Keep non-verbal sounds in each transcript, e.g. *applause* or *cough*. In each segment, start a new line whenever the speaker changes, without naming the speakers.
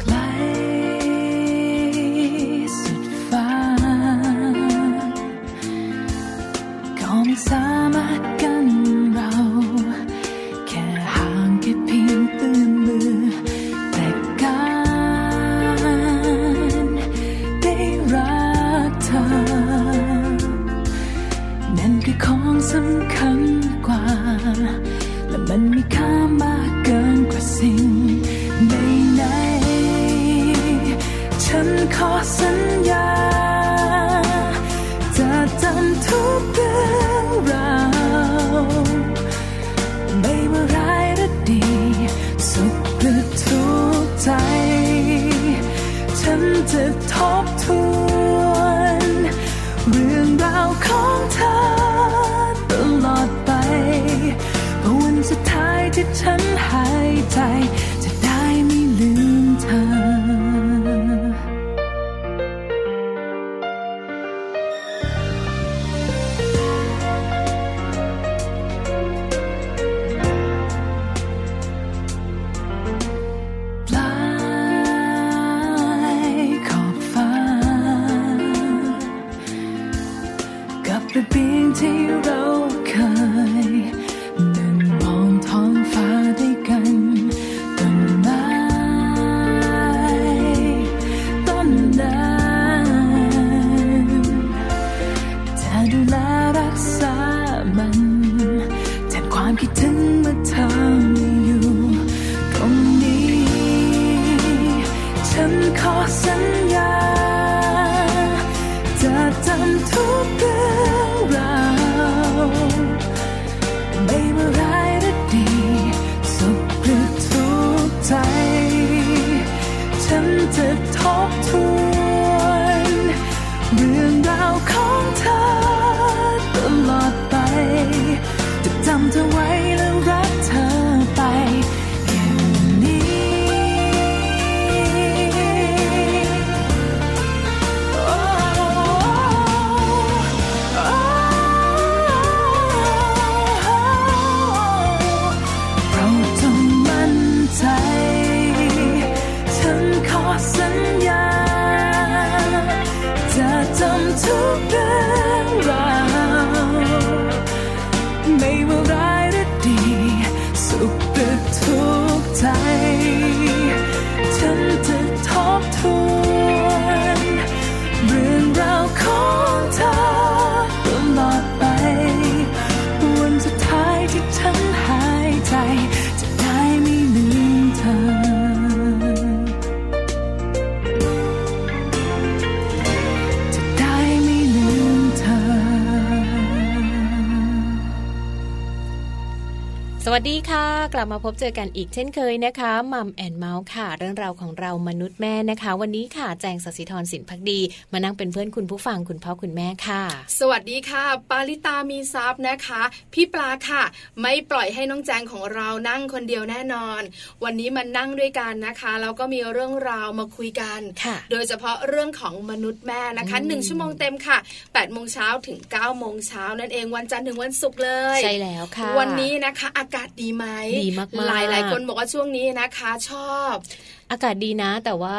ไกลสุดฟ้า ก็ไม่สามารถกันเรา แค่ห่างแค่เพียงเอื้อมมือ แต่การได้รักเธอ นั่นคือของสำคัญกว่า และมันมีค่ามากเกินกว่าสิ่งใดใดๆฉันขอสัญญา จะจำทุกเรื่องราว ไม่ว่าร้ายหรือดี สุขหรือทุกข์ใจ ฉันจะทบทวนเรื่องราวของเธอตลอดไปเพราะวันสุดท้ายที่ฉันหายใจ จะได้ไม่ลืมเธอ ปลายขอบฟ้า กับระเบียงที่เราเคยเดินมองท้องฟ้าด้วยกันต้นไม้ต้นนั้นจะดูแลรักษามันแทนความคิดถึงเมื่อเธอไม่อยู่ ตรงนี้ ฉันขอสัญญา จะจำทุกเรื่องราวไม่ว่าร้ายหรือดี สุขหรือทุกข์ใจ ฉันจะทบทวนเรื่องราวของเธอตลอดไป จะจำเธอไว้และรักเธอไปอย่างนี้ เราจงมั่นใจ ฉันขอสัญญา จะจำทุกเรื่องราว ไม่ว่าร้ายหรือดี สุขหรือทุกข์ใจ ฉันจะทบทวนเรื่องราวของเธอตลอดไป วันสุดท้ายที่ฉันหายใจ จะได้ไม่ลืมเธอ จะได้ไม่ลืมเธอ
สวัสดีค่ะ กลับมาพบเจอกันอีกเช่นเคยนะคะมัมแอนเมาส์ค่ะ เรื่องราวของเรามนุษย์แม่นะคะ วันนี้ค่ะแจงสศิธรสินพักดี มานั่งเป็นเพื่อนคุณผู้ฟังคุณพ่อคุณแม่ค่ะ
สวัสดีค่ะ ปาลิตามีซับนะคะ พี่ปลาค่ะ ไม่ปล่อยให้น้องแจงของเรานั่งคนเดียวแน่นอน วันนี้มันนั่งด้วยกันนะคะแล้วก็มีเรื่องราวมาคุยกัน
ค่ะ
โดยเฉพาะเรื่องของมนุษย์แม่นะคะหนึ่งชั่วโมงเต็มค่ะ8ปดโมงเช้าถึง9ก้าโมงเช้านั่นเองวันจันทร์ถึงวันศุกร์เลย
ใช่แล้วค่ะ
วันนี้นะคะอากาศดีไหม
ดีมากๆ
หลายหลายๆคนบอกว่าช่วงนี้นะคะ ชอบ
อากาศดีนะ แต่ว่า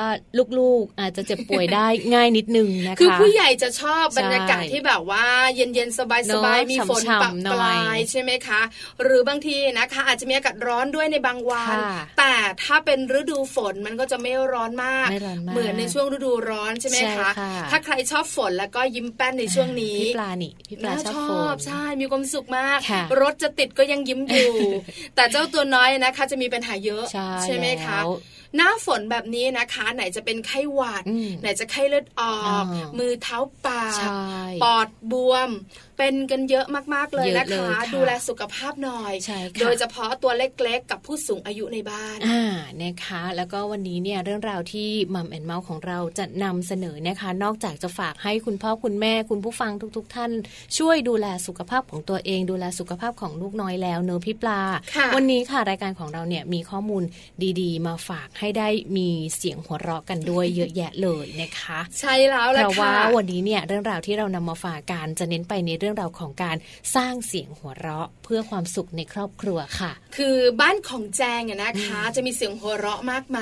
ลูกๆอาจจะเจ็บป่วยได้ *laughs* ง่ายนิดนึงนะคะ
คือผู้ใหญ่จะชอบบรรยากาศ
ใช่
ที่แบบว่าเย็นๆ สบาย
เน
ๆ
อะ
มีฝน
ฉ่ำๆ
ปะ
หน่
ป
อย
ลายใช่ไหมคะ หรือบางทีนะคะ อาจจะมีอากาศร้อนด้วยในบางวัน
ค่ะ
แต่ถ้าเป็นฤดูฝนมันก็จะไม่ร้อนมาก
ไม่ร้อนมาก
เหมือนในช่วงฤดูร้อนใช่ไหม
ใช่
คะ
ค่ะ
ถ้าใครชอบฝนแล้วก็ยิ้มแป้นในช่วงนี้
พี่ปลานี่พี่ปลา
น่า
ช
ช
อบฝ
อน บใช่มีความสุขมาก
ค่ะ
รถจะติดก็ยังยิ้มอยู่
*laughs*
แต่เจ้าตัวน้อยนะคะ จะมีปัญหาเยอะ
ใช่
ไหมคะ
แล้ว
หน้าฝนแบบนี้นะคะ ไหนจะเป็นไข้หวัด
อืม
ไหนจะไข้เลือดออก
อ่ามื
มือเท้าปาก
ใช่
ปอดบวม เป็นกันเยอะมากๆเลย
เยอะ
นะ
เลย
คะ
ค่ะ
ดูแลสุขภาพหน่อย
ใช่ค่ะ
โดยเฉพาะตัวเล็กๆ กับผู้สูงอายุในบ้าน
อ่านะคะ แล้วก็วันนี้เนี่ยเรื่องราวที่มัมแอนเมาส์ของเราจะนำเสนอนะคะ นอกจากจะฝากให้คุณพ่อคุณแม่คุณผู้ฟังทุก ๆ ท่าน ช่วยดูแลสุขภาพของตัวเอง ดูแลสุขภาพของลูกน้อยแล้วเนอะพี่ปลา
ค่ะ
วันนี้ค่ะรายการของเราเนี่ยมีข้อมูลดีๆ มาฝากให้ได้มีเสียงหัวเราะกันด้วย เยอะแยะเลยนะคะ
ใช่แล้ว
เพ
ล่ะ
ราะว่า
ค่ะ
วันนี้เนี่ยเรื่องราวที่เรานำมาฝากกันจะเน้นไปในเรื่องราวของการสร้างเสียงหัวเราะ เพื่อความสุขในครอบครัวค่ะ
คือบ้านของแจงเนี่ยนะคะ จะมีเสียงหัวเราะมากไหม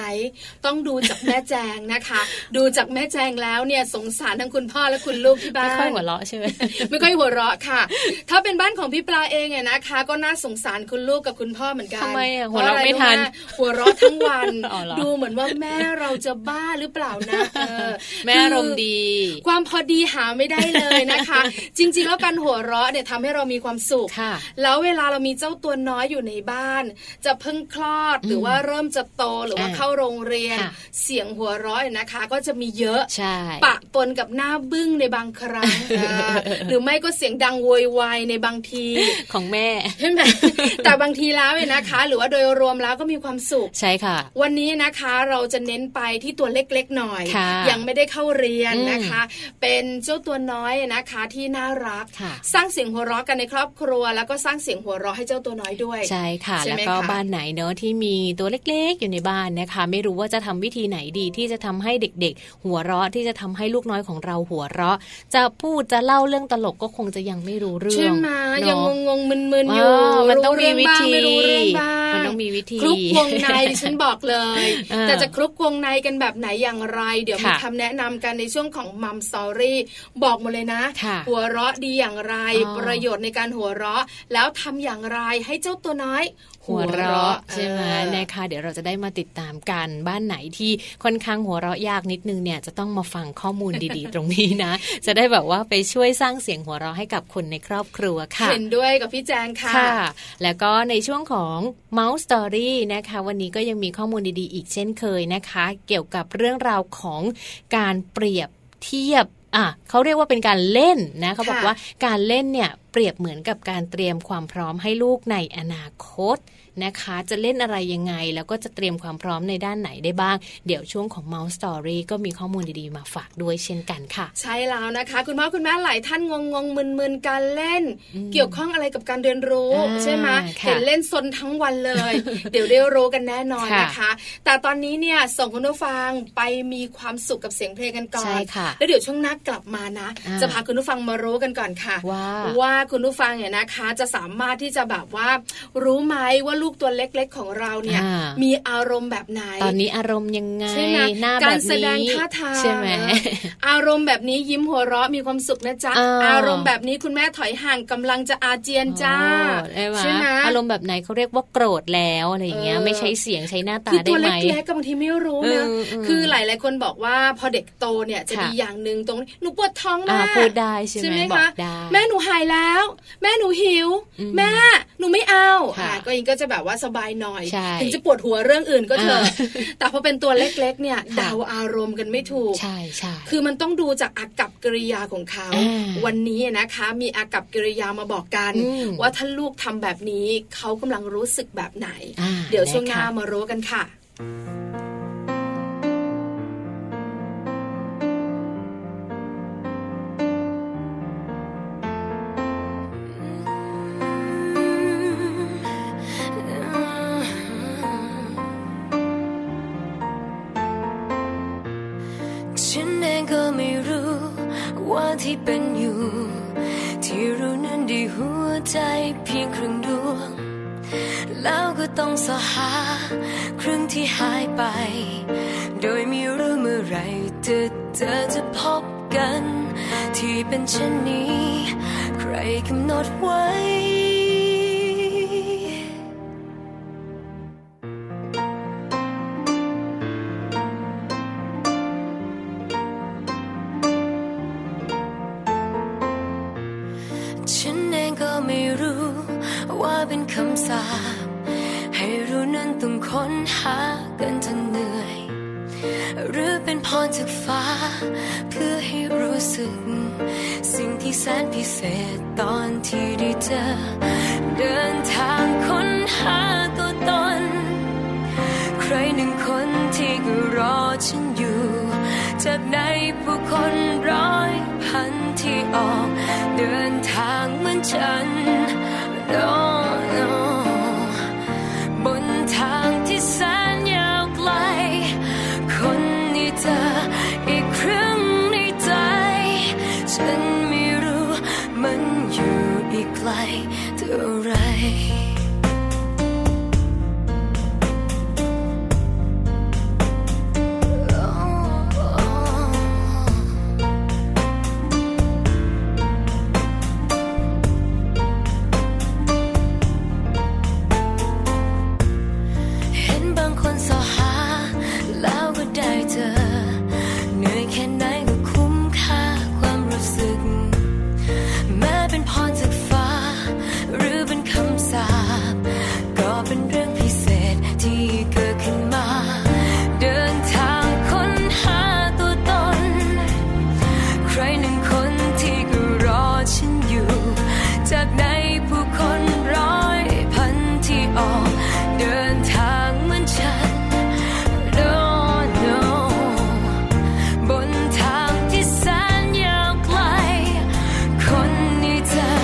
ต้องดูจากแม่แจงนะคะ ดูจากแม่แจงแล้วเนี่ยสงสารทั้งคุณพ่อและคุณลูกที่บ้าน
ไม่ค่อยหัวเราะใช่ไหม
*laughs* ไม่ค่อยหัวเราะค่ะ ถ้าเป็นบ้านของพี่ปลาเองเนี่ยนะคะ ก็น่าสงสารคุณลูกกับคุณพ่อเหมือนกัน
ทำไมอะ
พอ
หัวเราะไม่ทัน
รู้หหัวเราะทั้งวัน
*laughs* อ๋อเหรอ
ดูเหมือนว่าแม่เราจะบ้าหรือเปล่า
*laughs*
นะเออ
แม่อารมณ์ดี
ความพอดีหาไม่ได้เลยนะคะ *laughs* จริงๆ แล้วการหัวเราะเนี่ยทำให้เรามีความสุข
ค่ะ
แล้วเวลาเรามีเจ้าตัวน้อยอยู่ในบ้าน จะเพิ่งคลอดหรือว่าเริ่มจะโตหรือว่า
อ่า
เข้าโรงเรียน
ค่ะ
เสียงหัวเราะเนี่ยนะคะ ก็จะมีเยอะ
ใช่
ปะปนกับหน้าบึ้งในบางค
*laughs*
รั้งอ่าหรือไม่ก็เสียงดังโวยวายในบาง
*laughs*
ที
ของแม่
ใช่ไหม แต่บางทีแล้วเนี่ยนะคะ หรือว่าโดยรวมแล้วก็มีความสุข
ใช่ค่ะ
วันนี้นะคะเราจะเน้นไปที่ตัวเล็กๆหน่อย
ค่ะ
ยังไม่ได้เข้าเรียน
อืม
นะคะ เป็นเจ้าตัวน้อยนะคะที่น่ารัก
ค่ะ
สร้างเสียงหัวเราะกันในครอบครัว แล้วก็สร้างเสียงหัวเราะให้เจ้าตัวน้อยด้วย
ใช่ค่ะ
ใช่ไหม
แล้วก็
คะ
บ้านไหนเนอะที่มีตัวเล็กๆ อยู่ในบ้านนะคะ ไม่รู้ว่าจะทำวิธีไหนดีที่จะทำให้เด็กๆ หัวเราะที่จะทำให้ลูกน้อยของเราหัวเราะ จะพูดจะเล่าเรื่องตลกก็คงจะยังไม่รู้เรื่อง
ใช่ไหม
เนอะ
ยังงงๆมึนๆอยู่
ามันต้องมี
รู้เรื่อง
วิ
บ้าง
ธี
ไม่รู้เรื่องบ้าง
มันต้องมีวิธี
คลุกวงใน ดิฉันบอกเลย
เออ
แต่จะคลุกวงในกันแบบไหนอย่างไร เดี๋ยวมี
ค่ะ
คำแนะนำกันในช่วงของมัมสอรี่บอกหมดเลยนะ
ค่ะ
หัวเราะดีอย่างไร
อ๋อ
ประโยชน์ในการหัวเราะ แล้วทำอย่างไรให้เจ้าตัวน้อย
หัวเราะใช่ไหม
เออ
นะคะเดี๋ยวเราจะได้มาติดตามกันบ้านไหนที่ค่อนข้างหัวเราะยากนิดนึงเนี่ยจะต้องมาฟังข้อมูลดีๆ ตรงนี้นะ *laughs* จะได้แบบว่าไปช่วยสร้างเสียงหัวเราะให้กับคนในครอบครัวค่ะ
เห็นด้วยกับพี่แจงค่ะ
ค่ะ แล้วก็ในช่วงของ Mouse Story นะคะ วันนี้ก็ยังมีข้อมูลดีๆ อีกเช่นเคยนะคะ เกี่ยวกับเรื่องราวของการเปรียบเทียบอ่ะเขาเรียกว่าเป็นการเล่นนะเขาบอก
ค่ะ
ว่าการเล่นเนี่ยเปรียบเหมือนกับการเตรียมความพร้อมให้ลูกในอนาคตนะคะ จะเล่นอะไรยังไง แล้วก็จะเตรียมความพร้อมในด้านไหนได้บ้าง เดี๋ยวช่วงของ Mouse Story ก็มีข้อมูลดีๆ มาฝากด้วยเช่นกันค่ะ
ใช่แล้วนะคะ คุณพ่อคุณแม่หลายท่านงงงๆมึนๆการเล่น เกี่ยวข้องอะไรกับการเรียนรู้
อ่า
ใช่ไหม
ค่ะ
เห็นเล่นซนทั้งวันเลย
*laughs*
เดี๋ยวได้รู้กันแน่นอน
ค่ะ
นะคะ แต่ตอนนี้เนี่ยส่งคุณผู้ฟังไปมีความสุขกับเสียงเพลงกันก่อ
ใช่
น
ค่ะ
แล้วเดี๋ยวช่วงหน้ากลับมานะ
อ่า
จะพาคุณผู้ฟังมารู้กันก่อนค่ะ
ว่า
คุณผู้ฟังเนี่ยนะคะ จะสามารถที่จะแบบว่า รู้ไหมว่าลูกตัวเล็ก ๆ ของเราเนี่ย
อ่า
มีอารมณ์แบบไหน
ตอนนี้อารมณ์ยังไง
ใช่ไหม
หน้าแบบนี้
การแสดงท่าทาง
ใช่ไหม
เอออารมณ์แบบนี้ยิ้มหัวเราะมีความสุขนะจ๊ะ
อ่า
รมณ์แบบนี้คุณแม่ถอยห่างกำลังจะอาเจียนจ้า
โอ้
ใช่
ใช่ไห
ไห
ม
ม
อารมณ์แบบไหนเขาเรียกว่าโกรธแล้วอะไรอย่างเงี้ย
เออ
ไม่ใช้เสียงใช้หน้าตา
คือ
ได้
ตัว
ไหม
เล็กๆก็บางทีไม่รู้นะ
เออเออ
คือหลายๆคนบอกว่าพอเด็กโตเนี่ยจะ
ค่ะ
ดีอย่างหนึ่งตรงนี้หนูปวดท้อง
อ่า
มา
พูดได้ใช่
ใช่
ไหม
ไหม
บอ
คะ
กได้
แม่หนูหายแล้ว แม่หนูหิว
อืม
แม่หนูไม่เอา
ค่ะ
อ่าก็ยิงก็จะแบบว่าสบายหน่อย
ใช่
ถึงจะปวดหัวเรื่องอื่นก็เถอะ
อ่
แต่พอเป็นตัวเล็กๆ เนี่ย
ค่ะ
เดาวอารมณ์กันไม่ถูก
ใช่ใช่
คือมันต้องดูจากอากับกิริยาของเขา
อ่า
วันนี้นะคะ มีอากับกิริยามาบอกกัน
อืม
ว่าถ้าลูกทำแบบนี้เขากำลังรู้สึกแบบไหน
อ่า
เดี๋ยวช่วงห
ะ
น้า
คะ
มารู้กันค่ะ
ฉันเองก็ไม่รู้ว่าที่เป็นอยู่ ที่รู้นั้นดีหัวใจเพียงครึ่งดวง แล้วก็ต้องสหาครึ่งที่หายไป โดยไมีรู้เมื่อไหรจะเจอจะพบกัน ที่เป็นเช่นนี้ ใครกำหนดไว้ ฉันเองก็ไม่รู้ว่าเป็นคำสาปให้รู้นั้นต้องค้นหากันทั้งเหนื่อย
หรือเป็นพรจากฟ้า เพื่อให้รู้สึก สิ่งที่แสนพิเศษตอนที่ได้เจอ เดินทางค้นหาตัวตน ใครหนึ่งคนที่ก็รอฉันอยู่ จากในผู้คนร้อยพันที่ออก เดินทางเหมือนฉัน no, no. บนทางที่แสนยาวไกล คนในเธออีกครึ่งในใจ ฉันไม่รู้มันอยู่อีกไกลเท่าไหร เห็นบางคนสอหา แล้วก็ได้เจอ เหนื่อยแค่ไหนก็คุ้มค่าความรู้สึก แม้เป็นพรจากฟ้า หรือเป็นคำสาปก็เป็นเรื่องพิเศษที่เกิดขึ้นมา เดินทางค้นหาตัวตน ใครหนึ่งคนที่ก็รอฉันอยู่ จากในผู้คนร้อยพันที่ออก เดินทางเหมือนฉัน no no บนทางที่แสนยาวไกล คนในเธอ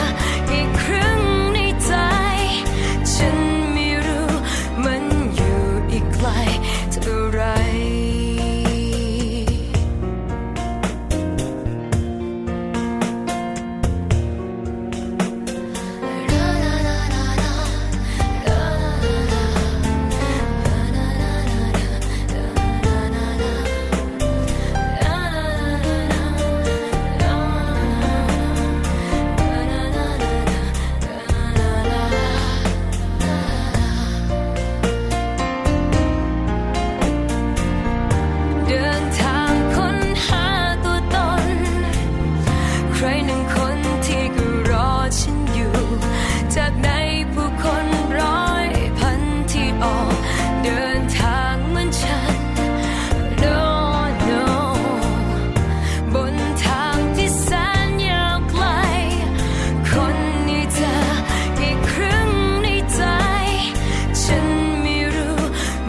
อีกครึ่งในใจ ฉันไม่รู้มันอยู่อีกไกลเท่าไหร เดินทางค้นหาตัวตน ใครหนึ่งคนที่ก็รอฉันอยู่ จากในผู้คนร้อยพันที่ออก เดินทางเหมือนฉัน no no บนทางที่แสนยาวไกล คนในเธออีกครึ่งในใจ ฉันไม่รู้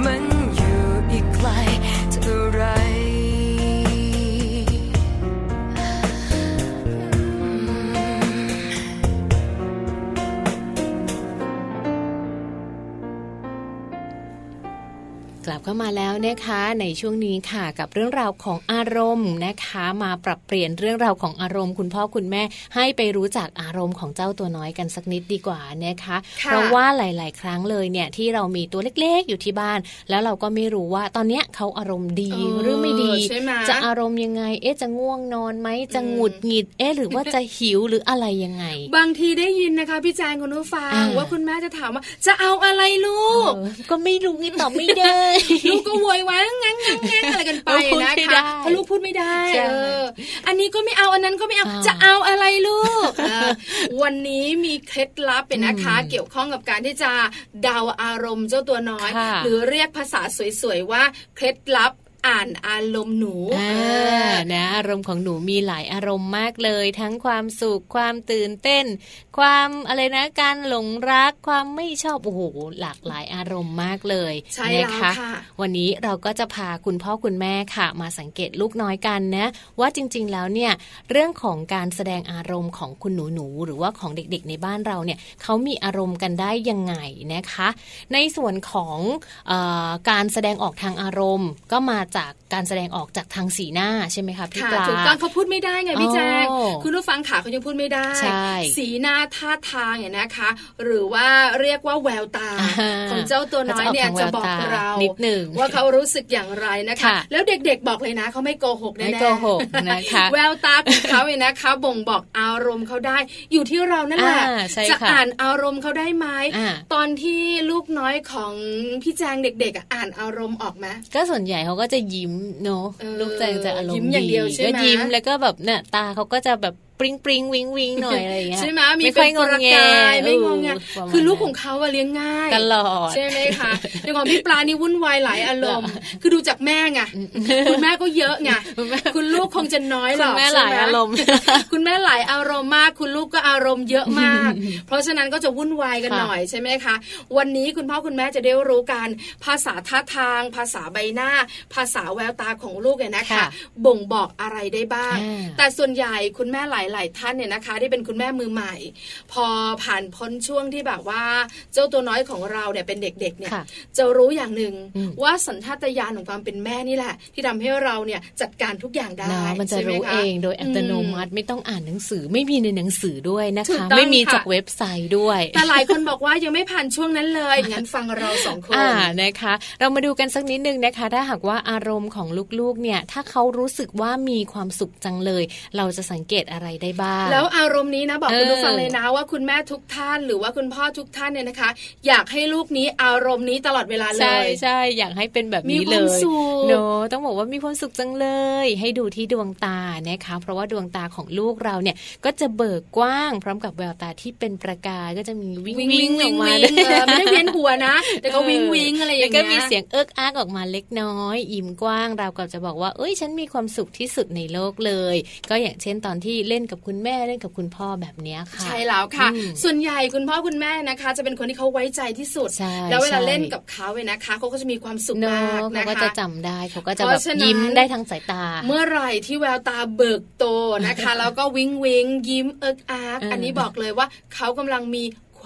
มันอยู่อีกไกลเท่าไหร
กลับเข้ามาแล้วนะคะในช่วงนี้ค่ะกับเรื่องราวของอารมณ์นะคะ มาปรับเปลี่ยนเรื่องราวของอารมณ์ คุณพ่อคุณแม่ให้ไปรู้จักอารมณ์ของเจ้าตัวน้อยกันสักนิดดีกว่านะคะ
ค่ะ
เพราะว่าหลาย ๆ ครั้งเลยเนี่ยที่เรามีตัวเล็กๆ อยู่ที่บ้าน แล้วเราก็ไม่รู้ว่าตอนเนี้ยเขาอารมณ์ดีหรือไม่ดี
เใช่ไหม
จะอารมณ์ยังไง เอ๊ะจะง่วงนอนไหมจะหงุดหงิด เอ๊ะหรือว่าจะหิวหรืออะไรยังไง
บางทีได้ยินนะคะ พี่แจงคุณผู้ฟัง
อ่า
ว่าคุณแม่จะถามว่า จะเอาอะไรลู
เอก อก็ไม่รู้ไงตอบไม่ได้
ลูกก็โวยวายงั้งงั้งงั้งอะไรกันไป
พูด
นะ
ไม่ได้
คะเพราะลูกพูดไม่ได้
ใช่
เอออันนี้ก็ไม่เอาอันนั้นก็ไม่เอา
อ่า
จะเอาอะไรลูก
*laughs*
เออวันนี้มีเคล็ดลับเป็นนะคะ
อืม
เกี่ยวข้องกับการที่จะเดาอารมณ์เจ้าตัวน้อย
ค่ะ
หรือเรียกภาษาสวยๆว่าเคล็ดลับอ่านอารมณ์หนู
า
เออ
นะอารมณ์ของหนูมีหลายอารมณ์มากเลย ทั้งความสุขความตื่นเต้น ความอะไรนะการหลงรักความไม่ชอบโอ้โหหลากหลายอารมณ์มากเลย
ใช่แล้ว
นะ
ค่ะ
วันนี้เราก็จะพาคุณพ่อคุณแม่ค่ะ มาสังเกตลูกน้อยกันนะ ว่าจริง ๆ แล้วเนี่ยเรื่องของการแสดงอารมณ์ของคุณหนูหนูๆหรือว่าของเด็ก ๆ ในบ้านเราเนี่ยเขามีอารมณ์กันได้ยังไงนะคะ ในส่วนของเออการแสดงออกทางอารมณ์ ก็มาจากการแสดงออกจากทางสีหน้าใช่ไหมคะพี่
ค่ะ
ปลา
ถูกต้องเขาพูดไม่ได้ไงพี่แจง
อ๋อ
คุณผู้ฟังขาเขายังพูดไม่ได้
ใช่
สีหน้าท่าทางเนี่ยนะคะ หรือว่าเรียกว่าแววตา
อ่า
ของเจ้าตัวน้อยเนี่ย
เขา
จะ
จะ
บ
อ
อ
อก กทางแววตา
เรา
นิดหนึ่ง
ว่าเขารู้สึกอย่างไรนะคะ
ค่ะ
แล้วเด็กๆบอกเลยนะเขาไม่โกหกแน่
ไม่
ๆ
โกหกนะคะ
*laughs* แววตาของเขาเนี่ยนะคะ บ่งบอกอารมณ์เขาได้ อยู่ที่เรานั่นแหละ
อ่าใช่
จะ
ค่ะ
อ่านอารมณ์เขาได้ไหม
อ่า
ตอนที่ลูกน้อยของพี่แจงเด็กๆอ่ะอ่านอารมณ์ออกไหม
ก็ส่วนใหญ่เขาก็จะยิ้มเนอะ
เออ
ลูกแจงจะอารมณ์
ยิ้มอย่างเดียวใช่ไหม
ก็ยิ้มแล้วก็แบบเนี่ยตาเขาก็จะแบบ ปริงปริงวิงวิงหน่อยอะไรอย่างเงี้ย
ใช่ไหมมี
ไม่
เป็
ค่อย
น
ง
ก
ง
ระ
แง
กายไม่งงแง
เประมาณ
คือลูกข
นั้
อน งเขาอะเลี้ยงง่าย
ตลอด
ใช่ไหมคะในของพี่ปลานี่วุ่นวายหลายอารมณ์ คือดูจากแม่ไงคุณแม่ก็เยอะไงคุณลูกคงจะน้อยหร
คุ
อ
ณ
ก
แม่ห
ใช่
ลาย
ไ
อารมณ์
คุณ *laughs* แม่หลายอารมณ์มาก คุณลูกก็อารมณ์เยอะมาก
*laughs*
เพราะฉะนั้นก็จะวุ่นวายกัน
ค่ะ
หน่อยใช่ไหมคะ วันนี้คุณพ่อคุณแม่จะได้รู้กันภาษาท่าทาง ภาษาใบหน้า ภาษาแววตาของลูกเนี่ยนะคะ
ค่ะ
บ่งบอกอะไรได้บ้าง
อ่า
แต่ส่วนใหญ่คุณแม่หลาย ๆ ท่านเนี่ยนะคะที่เป็นคุณแม่มือใหม่ พอผ่านพ้นช่วงที่แบบว่า เจ้าตัวน้อยของเราเนี่ยเป็นเด็ก ๆ เนี่ย
ค่ะ
จะรู้อย่างหนึ่ง
อืม
ว่าสัญชาตญาณของความเป็นแม่นี่แหละ ที่ทำให้เราเนี่ยจัดการทุกอย่างได้
เนาะมันจะ
ใช่ไห
รู้
ค
เองโดยอัตโนมัติไม่ต้องอ่านหนังสือไม่มีในหนังสือด้วยนะ
ถูก
คะ
ต้อง
ไม่มี
ค่ะ
จากเว็บไซต์ด้วย
แต่หลายคนบอกว่ายังไม่ผ่านช่วงนั้นเลย งั้นฟังเราสองคน
อ่านะคะ เรามาดูกันสักนิดนึงนะคะ ถ้าหากว่าอารมณ์ของลูกๆ เนี่ย ถ้าเขารู้สึกว่ามีความสุขจังเลย เราจะสังเกตอะไรได้บ้าง
แล้วอารมณ์นี้นะบอกคุณ
เออ
ผู้ฟังเลยนะว่าคุณแม่ทุกท่านหรือว่าคุณพ่อทุกท่านเนี่ยนะคะ อยากให้ลูกนี้อารมณ์นี้ตลอดเวลาเล
ใช่
ย
ใช่อยากให้เป็นแบบ
มี
นี้
ค
เล
วาม
ย
สุข
เนอะต้องบอกว่ามีความสุขจังเลย ให้ดูที่ดวงตานะคะ เพราะว่าดวงตาของลูกเราเนี่ยก็จะเบิกกว้าง พร้อมกับแววตาที่เป็นประกายก็จะมีวิ่ง
วิงวิ
วิ่
ง
งอ
วิ
อง กมา
วิง
ด้วย
เออไม่ได้เวียนหัวนะ แต่ก็วิง
เ
วิงอะไรอย่าง
แล้ว
เงี้ย
ก็มีเสียงเอิกอักออกมาเล็กน้อย ยิ้มกว้างเราวกับจะบอกว่า เอ้ยฉันมีความสุขที่สุดในโลกเลย ก็อย่างเช่นตอนที่เล่นกับคุณแม่เล่นกับคุณพ่อแบบเนี้ยค่ะ
ใช่แล้วค่ะ
อืม
ส่วนใหญ่คุณพ่อคุณแม่นะคะ จะเป็นคนที่เขาไว้ใจที่สุด
ใช่
แล้วเวลา
ใช่
เล่นกับเขาเนี่ยนะคะเขาก็จะมีความสุข
เน
มา
อะ
ก
เขา
นะ
ก็
คะ
จะจำได้เขาก็จะ
เพ
แบบ
ราะฉะนั้น
ยิ้มได้ทางสายตา
เมื่อไหร่ที่แววตาเบิกโตนะคะ
*laughs*
แล้วก็วิงวิงยิ้มเอิกอาร์ก
เอออั
อันนี้บอกเลยว่าเขากำลังมี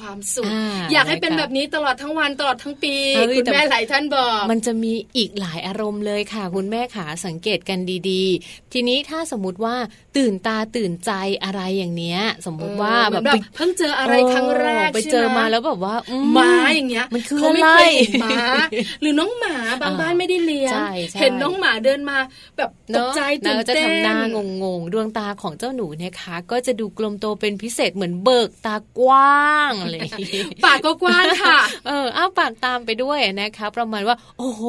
ความสุข
อ่า
อยากให้เป็น
นะคะ
แบบนี้ตลอดทั้งวันตลอดทั้งปี
เฮ้ย
คุณ
แต่
แม่หลายท่านบอก
มันจะมีอีกหลายอารมณ์เลยค่ะ คุณแม่ขาสังเกตกันดีๆ ทีนี้ถ้าสมมติว่าตื่นตาตื่นใจอะไรอย่างเนี้ย สมมุติว่า
เออเหมื
แบ
อน
บ
แบบ
ไป
เพิ่งเจออะไรครั้งแรก
ไป
ใช่
เจอ
ไห
มาแล้วแบบว่าอื
ม้าอย่างเงี้ย
มันคือ
เขา
อะไร
ไม่เคยเห็นม้า หรือน้องหมาบาง
อ่า
บ้านไม่ได้เลี้ยง
ใช่ใช่
เห็นน้องหมาเดินมาแบบต
เน
ก
อะ
ใจตื่น
แล้วจะ
เต้น
ทำหน้างงงๆดวงตาของเจ้าหนูเนะคะ ก็จะดูกลมโตเป็นพิเศษเหมือนเบิกตากว้างอะไรอย่างงี้
ปากก็กว้างค่ะ
เอออ้าปากตามไปด้วยนะคะ ประมาณว่า โอ้โห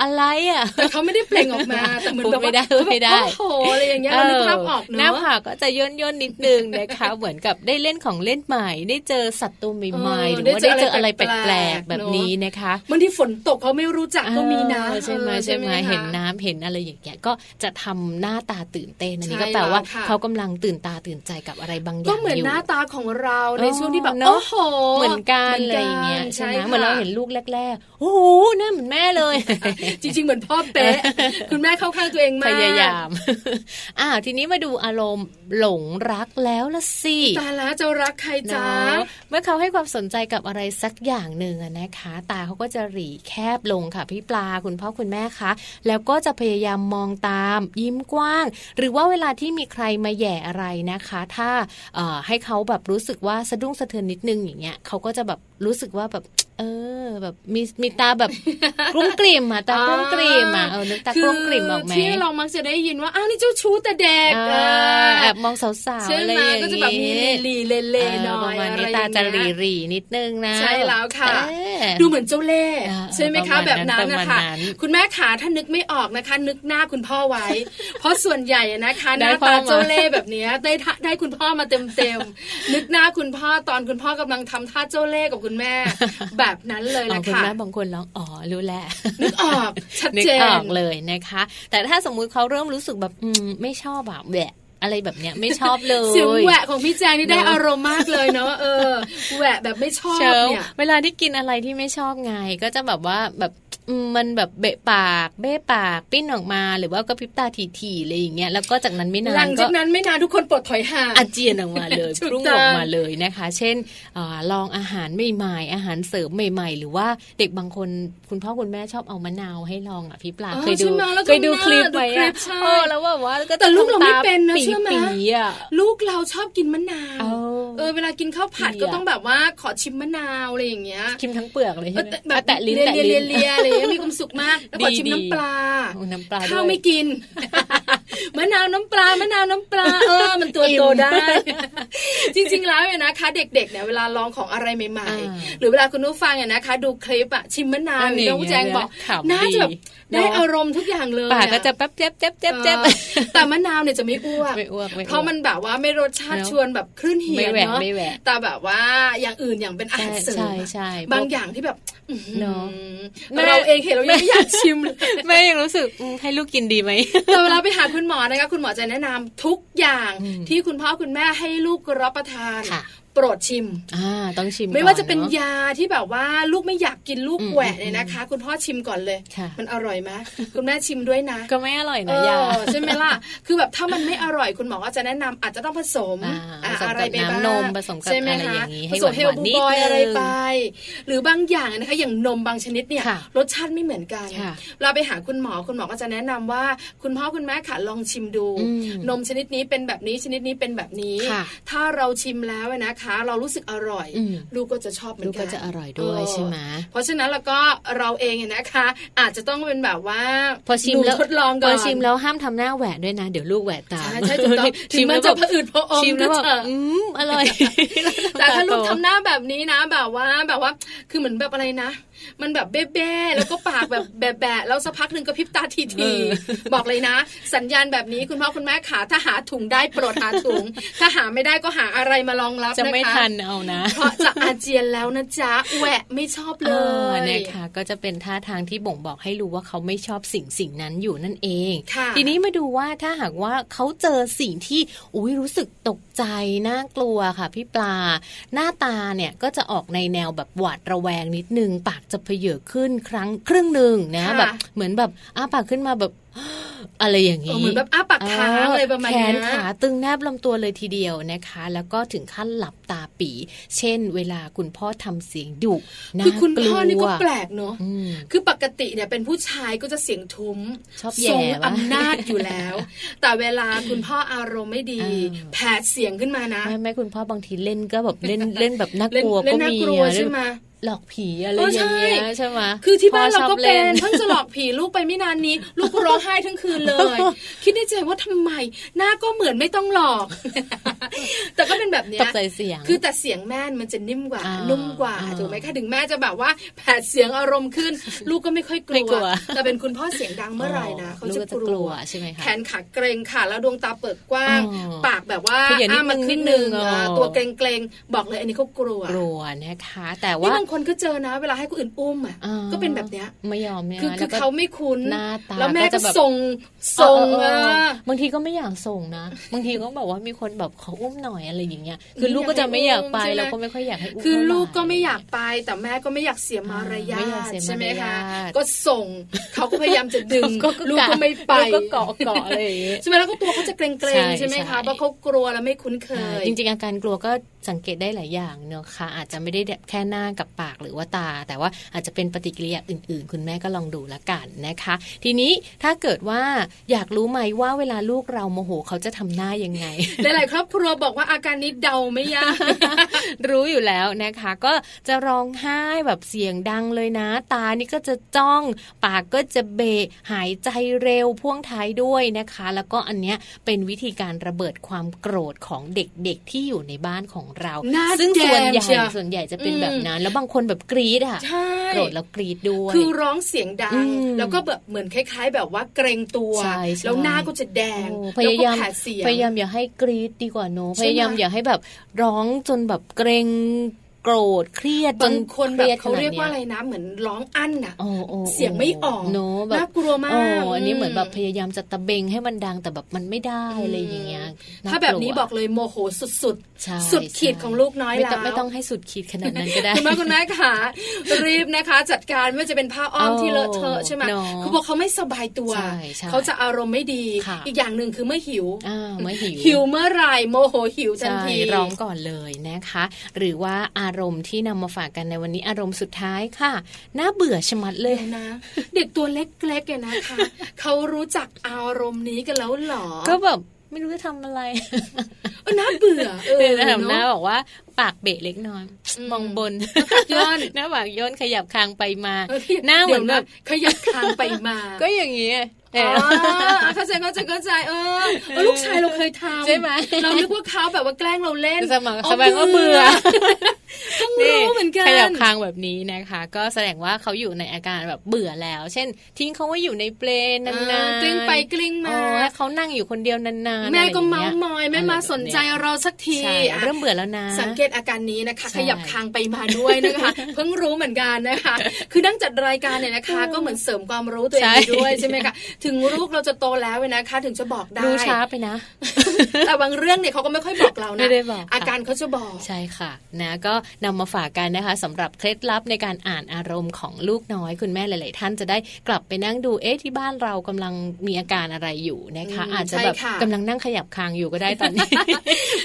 อะไรอ่ะ
แต่เขาไม่ได้เปล่งออกมาแต่เหมือน
พูด
แบบ
ไม่
ว่า
ได้
เขาแบบ
ไม่ได้
โอ้โหอะไรอย่างเงี้ยเรานึกภาพออก
หน้า
เนาะ
ผากก็จะย่นย่นๆนิดนึงนะคะ เหมือนกับได้เล่นของเล่นใหม่ ได้เจอสัตว์ตัวใหม่ๆห
เออ
รือว่า
ได้
ได้
เจ
เจ
อ
อ
อะ
อะไรไร
แป
แป
ล
ล
กๆ
กๆ แบบ
เนอะ
นี้นะคะ
บางทีฝนตกเขาไม่รู้จักก็มีนะ
เออใช่ไหม
เออ
ใช่ไหม
คะ
เห็นน้ำเห็นอะไรอย่างเงี้ยก็จะทำหน้าตาตื่นเต้นอันนี้
ใช่
ก็แปลว่า
แล้วค่ะ
เขากำลังตื่นตาตื่นใจกับอะไรบางอย่าง
ก็เหมือน
ยู่
หน้าตาของเราในช่วงที่แบบ
เน
โอ้
อะ
โห
เหมือนกัน
หมื
อะไรอย่างเงี้ยใช่ไหม
ค่ะ
เหมือนเราเห็นลูกแรกๆ โอ้โหหน้าเหมือนแม่เลย
จริงๆ เหมือนพ่อ
*laughs*
เป๊ะ คุณแม่เข้าข้างตัวเอง
พ
มาก
ยายาม *laughs* อ่า ทีนี้มาดูอารมณ์หลงรักแล้วละสิ
ตาละจะรักใคร
เน
จ้า
อะเมื่อเขาให้ความสนใจกับอะไรสักอย่างหนึ่งอะนะคะ ตาเขาก็จะหรีแคบลงค่ะพี่ปลาคุณพ่อคุณแม่คะแล้วก็จะพยายามมองตาม ยิ้มกว้าง หรือว่าเวลาที่มีใครมาแหย่อะไรนะคะ ถ้าเอ่อให้เขาแบบรู้สึกว่าสะดุ้งสะเทือนนิดนึงอย่างเงี้ยเขาก็จะแบบรู้สึกว่าแบบ เออ แบบมีมีตา
*laughs*
แบบ กลุ้มกลิ่มอะตากลุ้มกลิ่มอะเออนึกตากลุ้มกลิ่มออกไหม
ที่เรามักจะได้ยินว่า อ้าวนี่เจ้าชู้แต่เด็ก
อ่า
เออ
แอบมองสาวๆ
ใช่
อะไร
ไหม
อย่าง
ก็จะแบบมีหลีๆเลเล
เออ
ๆหน่อ
ประ
ย
มาณ
อะไร
นี้
อย่
ตาง จะ
เงี้ย
หรีๆนิดนึงนะ
ใช่แล้วค่ะ
เออ
ดูเหมือนเจ้าเล่ห์
เออ
ใช่ไหม
ประ
คะ
มาณ
แบบนั้น
นั้น
นะ
ประ
คะ
มาณนั้น
คุณแม่ขาถ้านึกไม่ออกนะคะ นึกหน้าคุณพ่อ
*laughs*
ไว้ เพราะส่วนใหญ่อะนะคะห
ได้
น้า
พ่อ
ตา
มา
เจ้าเล่ห์แบบเนี้ยได้ท่าได้คุณพ่อมาเต็มเต็ม
*laughs*
ๆนึกหน้าคุณพ่อตอนคุณพ่อกำลังทำท่าเจ้าเล่ห์กับคุณแม่ แบบนั้นเลย
อ๋อ
นะ
คุณ
คะ
แม่บางคนร้องอ๋อรู้แล้ว
นึกออกชัด
นึก
เจน
ออกเลยนะคะ แต่ถ้าสมมุติเขาเริ่มรู้สึกแบบอืมไม่ชอบแบบแหวะอะไรแบบเนี้ยไม่ชอบเลย
เสียงแหวะของพี่แจงนี่ได้
เนอะ
อารมณ์มากเลยเนาะเออแหวะแบบไม่ชอบ
เชิง
เนี่ย
เวลาที่กินอะไรที่ไม่ชอบไง ก็จะแบบว่าแบบอืมมันแบบเบะปาก เบ้ปากปิ้นออกมาหรือว่ากระพริบตาถี่ๆอะไรอย่างเงี้ยแล้วก็จากนั้นไม่นา
หลั
น
ง
ก็
จากนั้นไม่นานทุกคนปลดถอยห่าง
อาเจียนออกมาเลย
ถูก
พุ่ง
ต้
อ
อง
อกมาเลยนะคะ เช่นอาลองอาหารใหม่ๆอาหารเสริมใหม่ ๆ หรือว่าเด็กบางคนคุณพ่อคุณแม่ชอบเอามะนาวให้ลองอ่ะพี่ปลา
อ๋อ
เคย
ใช่
ดู
ไหมแล้วก็
เคยดูค
มะนาว
ลิปไหม
ดูคลิ
อ่ะ
ปใช่
เออแล้วว่าว่าก็
แต่ลูกเราไม่เป็นนะเชื่อไหม
ปีๆอ่ะ
ลูกเราชอบกินมะนาว
เออ
เออเวลากินข้าวผัด
ดีอะ
ก็ต้องแบบว่าขอชิมมะนาวอะไรอย่างเงี้ย
คิมทั้งเปลือกเลย
เอ
ใช่
อ
ไหม
แต่แบบ
อ่ะแตะลิ้น
เลีย
แตะ
เลี
ลิ้
ย
น *laughs*
เลียเลียมีความสุขมาก แล้วขอ
ดี
ชิม
ดี
น้ำปลา
*laughs* เอาน้ำปลา
ข้าว
ด้วย
ไม่กิน มะนาวน้ำปลามะนาว
*laughs*
น้ำปลาเออมันตัวโตได้ จริงๆแล้วเนี่ยนะคะ เด็กๆเนี่ยเวลาลองของอะไรใหม่
อ่า
ๆ หรือเวลาคุณผู้ฟังเนี่ยนะคะ ดูคลิปอะชิมมะนาว
อันนี้
น้องแจงบอก
ขำดี
น่าจะแบบ
เนอะ
ได้อารมณ์ทุกอย่างเลย
ปาก
อ
ก็จะแป๊บแจ๊บแจ๊บแจ๊บแจ๊บ
เออแต่มะนาวเนี่ยจะไม่อ้วก
ไม่อ้วกไม่อ้วก
เพราะมันแบบว่าไม่รสชาติ
เนอะ
ชวนแบบคลื่นเหี
ไม่
ย
แหวก
เนาะ
ไม่แหวก
แต่แบบว่าอย่างอื่นอย่างเป็นอาหารเสริม
ใช่
อะ
ใช่
บางอย่างที่แบบอื้อหือ
เนอะแม่
เราเองเห็นเรายังไม่อยากชิม
*laughs*
เลย
แม่ยังรู้สึกอืมให้ลูกกินดีไหม
แต่เวลาไปหาคุณหมอนะคะคุณหมอจะแนะนำทุกอย่าง
อืม
ที่คุณพ่อคุณแม่ให้ลูกรับประทาน
ค่ะ
โปรดชิม
อ่าต้องชิม
ไม่ว่าจะ
ก่อ
เป็น
อ
ยาที่แบบว่าลูกไม่อยากกินลูก
อืม
แหวะเนี่ยนะคะ คุณพ่อชิมก่อนเลย
ค่ะ
มันอร่อยไหมคุณแม่ชิมด้วยนะ
ก็ไม่อร่อย
เอ
นะยา
อใช่ไหมล่ะ คือแบบถ้ามันไม่อร่อยคุณหมอก็จะแนะนำอาจจะต้องผสม
อ่า
อ่า
ผสมกับ
อะไรไปบ้าง
น้ำนมผสมกับ
ใช่หม
อะไร
คะ
อย่างนี้ให้
ผสมเฮล
หวานๆ
บู
นิด
บอย
นึง
อะไรไป หรือบางอย่างนะคะอย่างนมบางชนิดเนี่ย
ค่ะ
รสชาติไม่เหมือนกัน
ค่ะ
เราไปหาคุณหมอคุณหมอก็จะแนะนำว่า คุณพ่อคุณแม่ค่ะลองชิมดู
อืม
นมชนิดนี้เป็นแบบนี้ชนิดนี้เป็นแบบนี้
ค่ะ
ถ้าเราชิมแล้วนะคะ เรารู้สึกอร่อย
อืม
ลูกก็จะชอบเหมือน
ลู
กั
ก
น
ก็จะอร่อยด้วยใช่ไหม
เพราะฉะนั้นแล้วก็เราเองเนี่ยนะคะ อาจจะต้องเป็นแบบว่า
พอชิม
ดู
แล้ว
ทดลองก่อน
พอชิมแล้วห้ามทำหน้าแหวะด้วยนะ เดี๋ยวลูกแหวะตาม
ใช่ใช่ถูกต้องถึงมันจะ
บบ
ผะอืดผะอม
ชิมแล้ว
ก็
แบบ
เถอะ
อืมอร่อย
แต่ถ้าลูก
โต
ทำหน้าแบบนี้นะ แบบว่าแบบว่าคือเหมือนแบบอะไรนะ มันแบบเบ้ๆแล้วก็ปากแบบแบบแบะๆแล้วสักพักหนึ่งก็พริบตาที
เอ
ที
อ
บอกเลยนะ สัญญาณแบบนี้คุณพ่อคุณแม่ขาถ้าหาถุงได้โปรดหาถุง ถ้าหาไม่ได้ก็หาอะไรมารองรับ
จะไม่
ค
ทันเอานะ
เพราะจะอาเจียนแล้วนะจ๊ะแหวะไม่ชอบ
เอ
เล
อย นะคะ ก็จะเป็นท่าทางที่บ่งบอกให้รู้ว่าเขาไม่ชอบสิ่งสิ่งนั้นอยู่นั่นเอง
ค่ะ
ทีนี้มาดูว่าถ้าหากว่าเขาเจอสิ่งที่อุ้ยรู้สึกตกใจน่ากลัวค่ะพี่ปลา หน้าตาเนี่ยก็จะออกในแนวแบบหวาดระแวงนิดนึง ปากจะเพเยอขึ้นครั้งครึ่งหนึ่งนะ
ค่ะ
แบบเหมือนแบบอ้าปากขึ้นมาแบบ *gasps* อะไรอย่าง
เออเหมือนแบบอ้าปากค้างอะไรประมาณ
แข
เนี้ย
นขาตึงแนบลำตัวเลยทีเดียวนะคะ แล้วก็ถึงขั้นหลับตาปี เช่น เวลาคุณพ่อทำเสียงดุน่า
คือคุณ
กลั
พ่อ
ว
นี่ก็แปลกเนอะ
อืม
คือปกติเนี่ยเป็นผู้ชายก็จะเสียงทุ้ม
ชอบแย่
ทรง
วะ
อำนาจอยู่แล้ว
*laughs*
แต่เวลาคุณพ่ออารมณ์ไม่ดี
อ่า
แผดเสียงขึ้นมานะ
ไม่ไม่คุณพ่อบางทีเล่นก็แบบเล่นเล่นแบบน่า
เล่น
กลัว
เล่
ก็
นน่า
มี
กลัว
อะ
ใช่ไหม
หลอกผีอะไร
เออ
อ
ใช่
ย่างเงี้ยใช่ไหม
คือที่บ้าน
พ่
เรา
ช
ก็
ล่ *laughs*
เป็นเพิ่งจะหลอกผีลูกไปไม่นานนี้ ลูกก็ร้องไห้ทั้งคืนเลย
*laughs*
คิดในใจว่าทำไม หน้าก็เหมือนไม่ต้องหลอก *laughs* แต่ก็เป็นแบบเนี้
ต
ย
กใจเสียง
คือแต่เสียงแม่มันจะนิ่มกว่า
อ่านุ่
นุ่มกว่า
อ่า
ถูกไหมคะถึงแม่จะแบบว่าแผดเสียงอารมณ์ขึ้น ลูกก็ไม่ค่อยก
ไม่
ลัว
กลัว
แต่เป็นคุณพ่อเสียงดังเมื่อไหร่นะเขา
ลูก
จะ
ก็จะ
ก
กลั
ลั
ว
ว
ใช่ไหมคะ
แขนขาเกรงค่ะแล้วดวงตาเปิดกว้าง
อ๋อ
ปากแบบว่า
ขยับนิด
อ้ามัน
นึง
ขึ้นหนึ่ง
นิดนึง
อ่ะ
อ๋อ
ตัวเกรงเกรงๆบอกเลยอันนี้เขากลัว
กลัวนะคะ แต่
นี่
ว่า
บางคนก็เจอนะ เวลาให้คนอื่นอุ้มอ่ะ
อ่า
ก็เป็นแบบเนี้ย
ไม่ยอมเนี่ย
คือคื
แล้
อ
วก็
เขาไม่คุ้น
หน้าตา
แล้วแม่
ก็
ก็
จะแบบ
ส่งส่ง
เออเออเออ
อ่ะ
บางทีก็ไม่อยากส่งนะ บางทีก็แบบว่ามีคนแบบขออุ้มหน่อยอะไรอย่างเงี้ย คือ
ไม่
ลูกก็จะไม่อยากไป
อยากให้อุ้ม
เราก็ไม่ค่อยอยากให้อุ้ม
คือ
เท่าไหร่
ลูกก็ไม่อยากไป แต่แม่ก็ไม่อยากเสียมารยา
ไม่อยาก
ท
เสียมารยาท
ใช่ไหมคะก็ส่งเขาก็พยายามจะดึง
ก็
ลูกก็ไม่ไป
ลูกก็เกาะเกาะอะไรอย่างเงี้ย
ใช่ไหมแล้วก็ตัวเขาจะเกรงเกร
ใช่
งใช่ไหม
ใช่
คะเพราะเขากลัวแล้วไม่คุ้นเคย
จริงๆอาการกลัวก็สังเกตได้หลายอย่างเนอะค่ะ อาจจะไม่ได้แบบแค่หน้ากับปากหรือว่าตา แต่ว่าอาจจะเป็นปฏิกิริยาอื่น ๆ คุณแม่ก็ลองดูละกันนะคะ ทีนี้ถ้าเกิดว่าอยากรู้ไหมว่าเวลาลูกเราโมโหเขาจะทำหน้ายังไง
หลาย ๆ ครอบครัวบอกว่าอาการนี้เดาไม่ยาก *laughs*
*laughs* รู้อยู่แล้วนะคะ ก็จะร้องไห้แบบเสียงดังเลยนะ ตานี่ก็จะจ้อง ปากก็จะเบะหายใจเร็วพ่วงท้ายด้วยนะคะ แล้วก็อันเนี้ยเป็นวิธีการระเบิดความโกรธของเด็กๆที่อยู่ในบ้านของเรา
น่า
ซึ่งส่วนให
แจ
ญ่
มเชียว
ส่วนใหญ่จะเป็น
อืม
แบบนั้น แล้วบางคนแบบกรีดอะ
ใช่
โกรธแล้วกรีดด้วย
คือร้องเสียงดั
อื
ง
ม
แล้วก็แบบเหมือนคล้าย ๆ แบบว่าเกรงตัว
ใช่ใช่
แล้วหน้าก็จะแดง
โอ้พ
แล้ว
ยายา
ก็
ม
แผดเสียง
พยายามอย่าให้กรีดดีกว่าเนอะ
ใช่
พ
ไหม
ยายามอย่าให้แบบร้องจนแบบเกรงโกรธเครียดจ
บาน งคนแบ
ค
บ
ด
เขา
ขนด
เรียกว่าอะไร
นี้
นะ เหมือนร้องอั้นน่ะ
โอ้โอ้โ
เสียงไม่ออก
เนอะแบบ
น่ากลัวมาก
โอ้อันนี้เหมือนแบบพ
ม
ยายามจะตะเบงให้มันดังแต่แบบมันไม่ได้
อืม
อะไรอย่างเงี้ย
ถ้าแบบนี้บอกเลยโมโหสุด
ใช่
สุดขีดของลูกน้อย
ไม่ต้ง
แล้ว
ไม่ต้องให้สุดขีดขนาดนั้นก็ได้
ๆ คุณแม่คุณแม่ขารีบนะคะ จัดการไม่ว่าจะเป็นผ้าอ้อม
โอ้
ที่เลอะเทอะใช่ไหม
เนอะ
คือพอเขาไม่สบายตัว
ใช่ใช่
เขาจะอารมณ์ไม่ดี
ค่ะ
อีกอย่างหนึ่งคือเมื่อหิว
อ่าเมื่อหิว
หิวเมื่อไหร่โมโหหิวทัน
ใช่
ที
ร้องก่อนเลยนะคะ หรือว่าอารมณ์ที่นำมาฝากกันในวันนี้อารมณ์สุดท้ายค่ะน่าเบื่อชะมัดเลย
เดี๋ยวนะ เด็กตัวเล็กๆเนี่ย
*laughs*
นะคะ เขารู้จักอารมณ์นี้กันแล้วเหรอ
ก็แบบไม่รู้จะทำอะไร
เออน่าเบื่อเออ
เลยนะ *laughs* ทำหน้า
เนาะ
บอกว่าปากเบะเล็กน้อย
อืม
มองบน
ย่น
หน้าปากย่นขยับคางไปมา
เออที่
หน้าเหมือน
ดี๋ยวะ
แบบ
ขยับคางไปมา
ก็อย่างเงี้ย เออ
อ๋อเข้าใจเข้าใจเข้าใจเออเออลูกชายเราเคยทำ
ใช่ไหม
เรานึกว่าเขาแบบว่าแกล้งเราเล่น
สมัครสมัครก็เบื่อ
ต้องรู้เหมือนกัน
ขยับคางแบบนี้นะคะ ก็แสดงว่าเขาอยู่ในอาการแบบเบื่อแล้ว เช่น ทิ้งเขาไว้อยู่ในเปลนาน
อ่า
ๆ
กลิ้งไปกลิ้งมา
อ๋อให้เขานั่งอยู่คนเดียวนานๆ
แม่ก็
อะไรอย่งงี้ย
เมาส์มอยแม่มาสนใจ
อะไรแบบเ
เราสัก
นี้
ที
ยใช่
อ่ะ
เริ่มเบื่อแล้วนะ
สังเกตอาการนี้นะคะ
ใช่
ขยับคางไปมาด้วย
*laughs*
นะคะ เพิ่งรู้เหมือนกันนะคะ คือนั่งจัดรายการเนี่ยนะคะ ก็เหมือนเสริมความรู้ตัวเองไป
ใช่
ด้วยใช่ไหมคะถึงลูกเราจะโตแล้วเนี่ยนะคะ ถึงจะบอกได้
ดูช้าไปนะ
แต่บางเรื่องเนี่ยเขาก็ไม่ค่อยบอกเรา
ไม่
นะ
ได้บอกค่ะ
อาการเขาจะบอก
ใช่ค่ะนะก็นำมาฝากกันนะคะสำหรับเคล็ดลับในการอ่านอารมณ์ของลูกน้อย คุณแม่หลาย ๆ ท่านจะได้กลับไปนั่งดูเอ๊ะที่บ้านเรากำลังมีอาการอะไรอยู่นะคะ อาจจะแบบกำลังนั่งขยับคางอยู่ก็ได้ตอน
*laughs*
นี้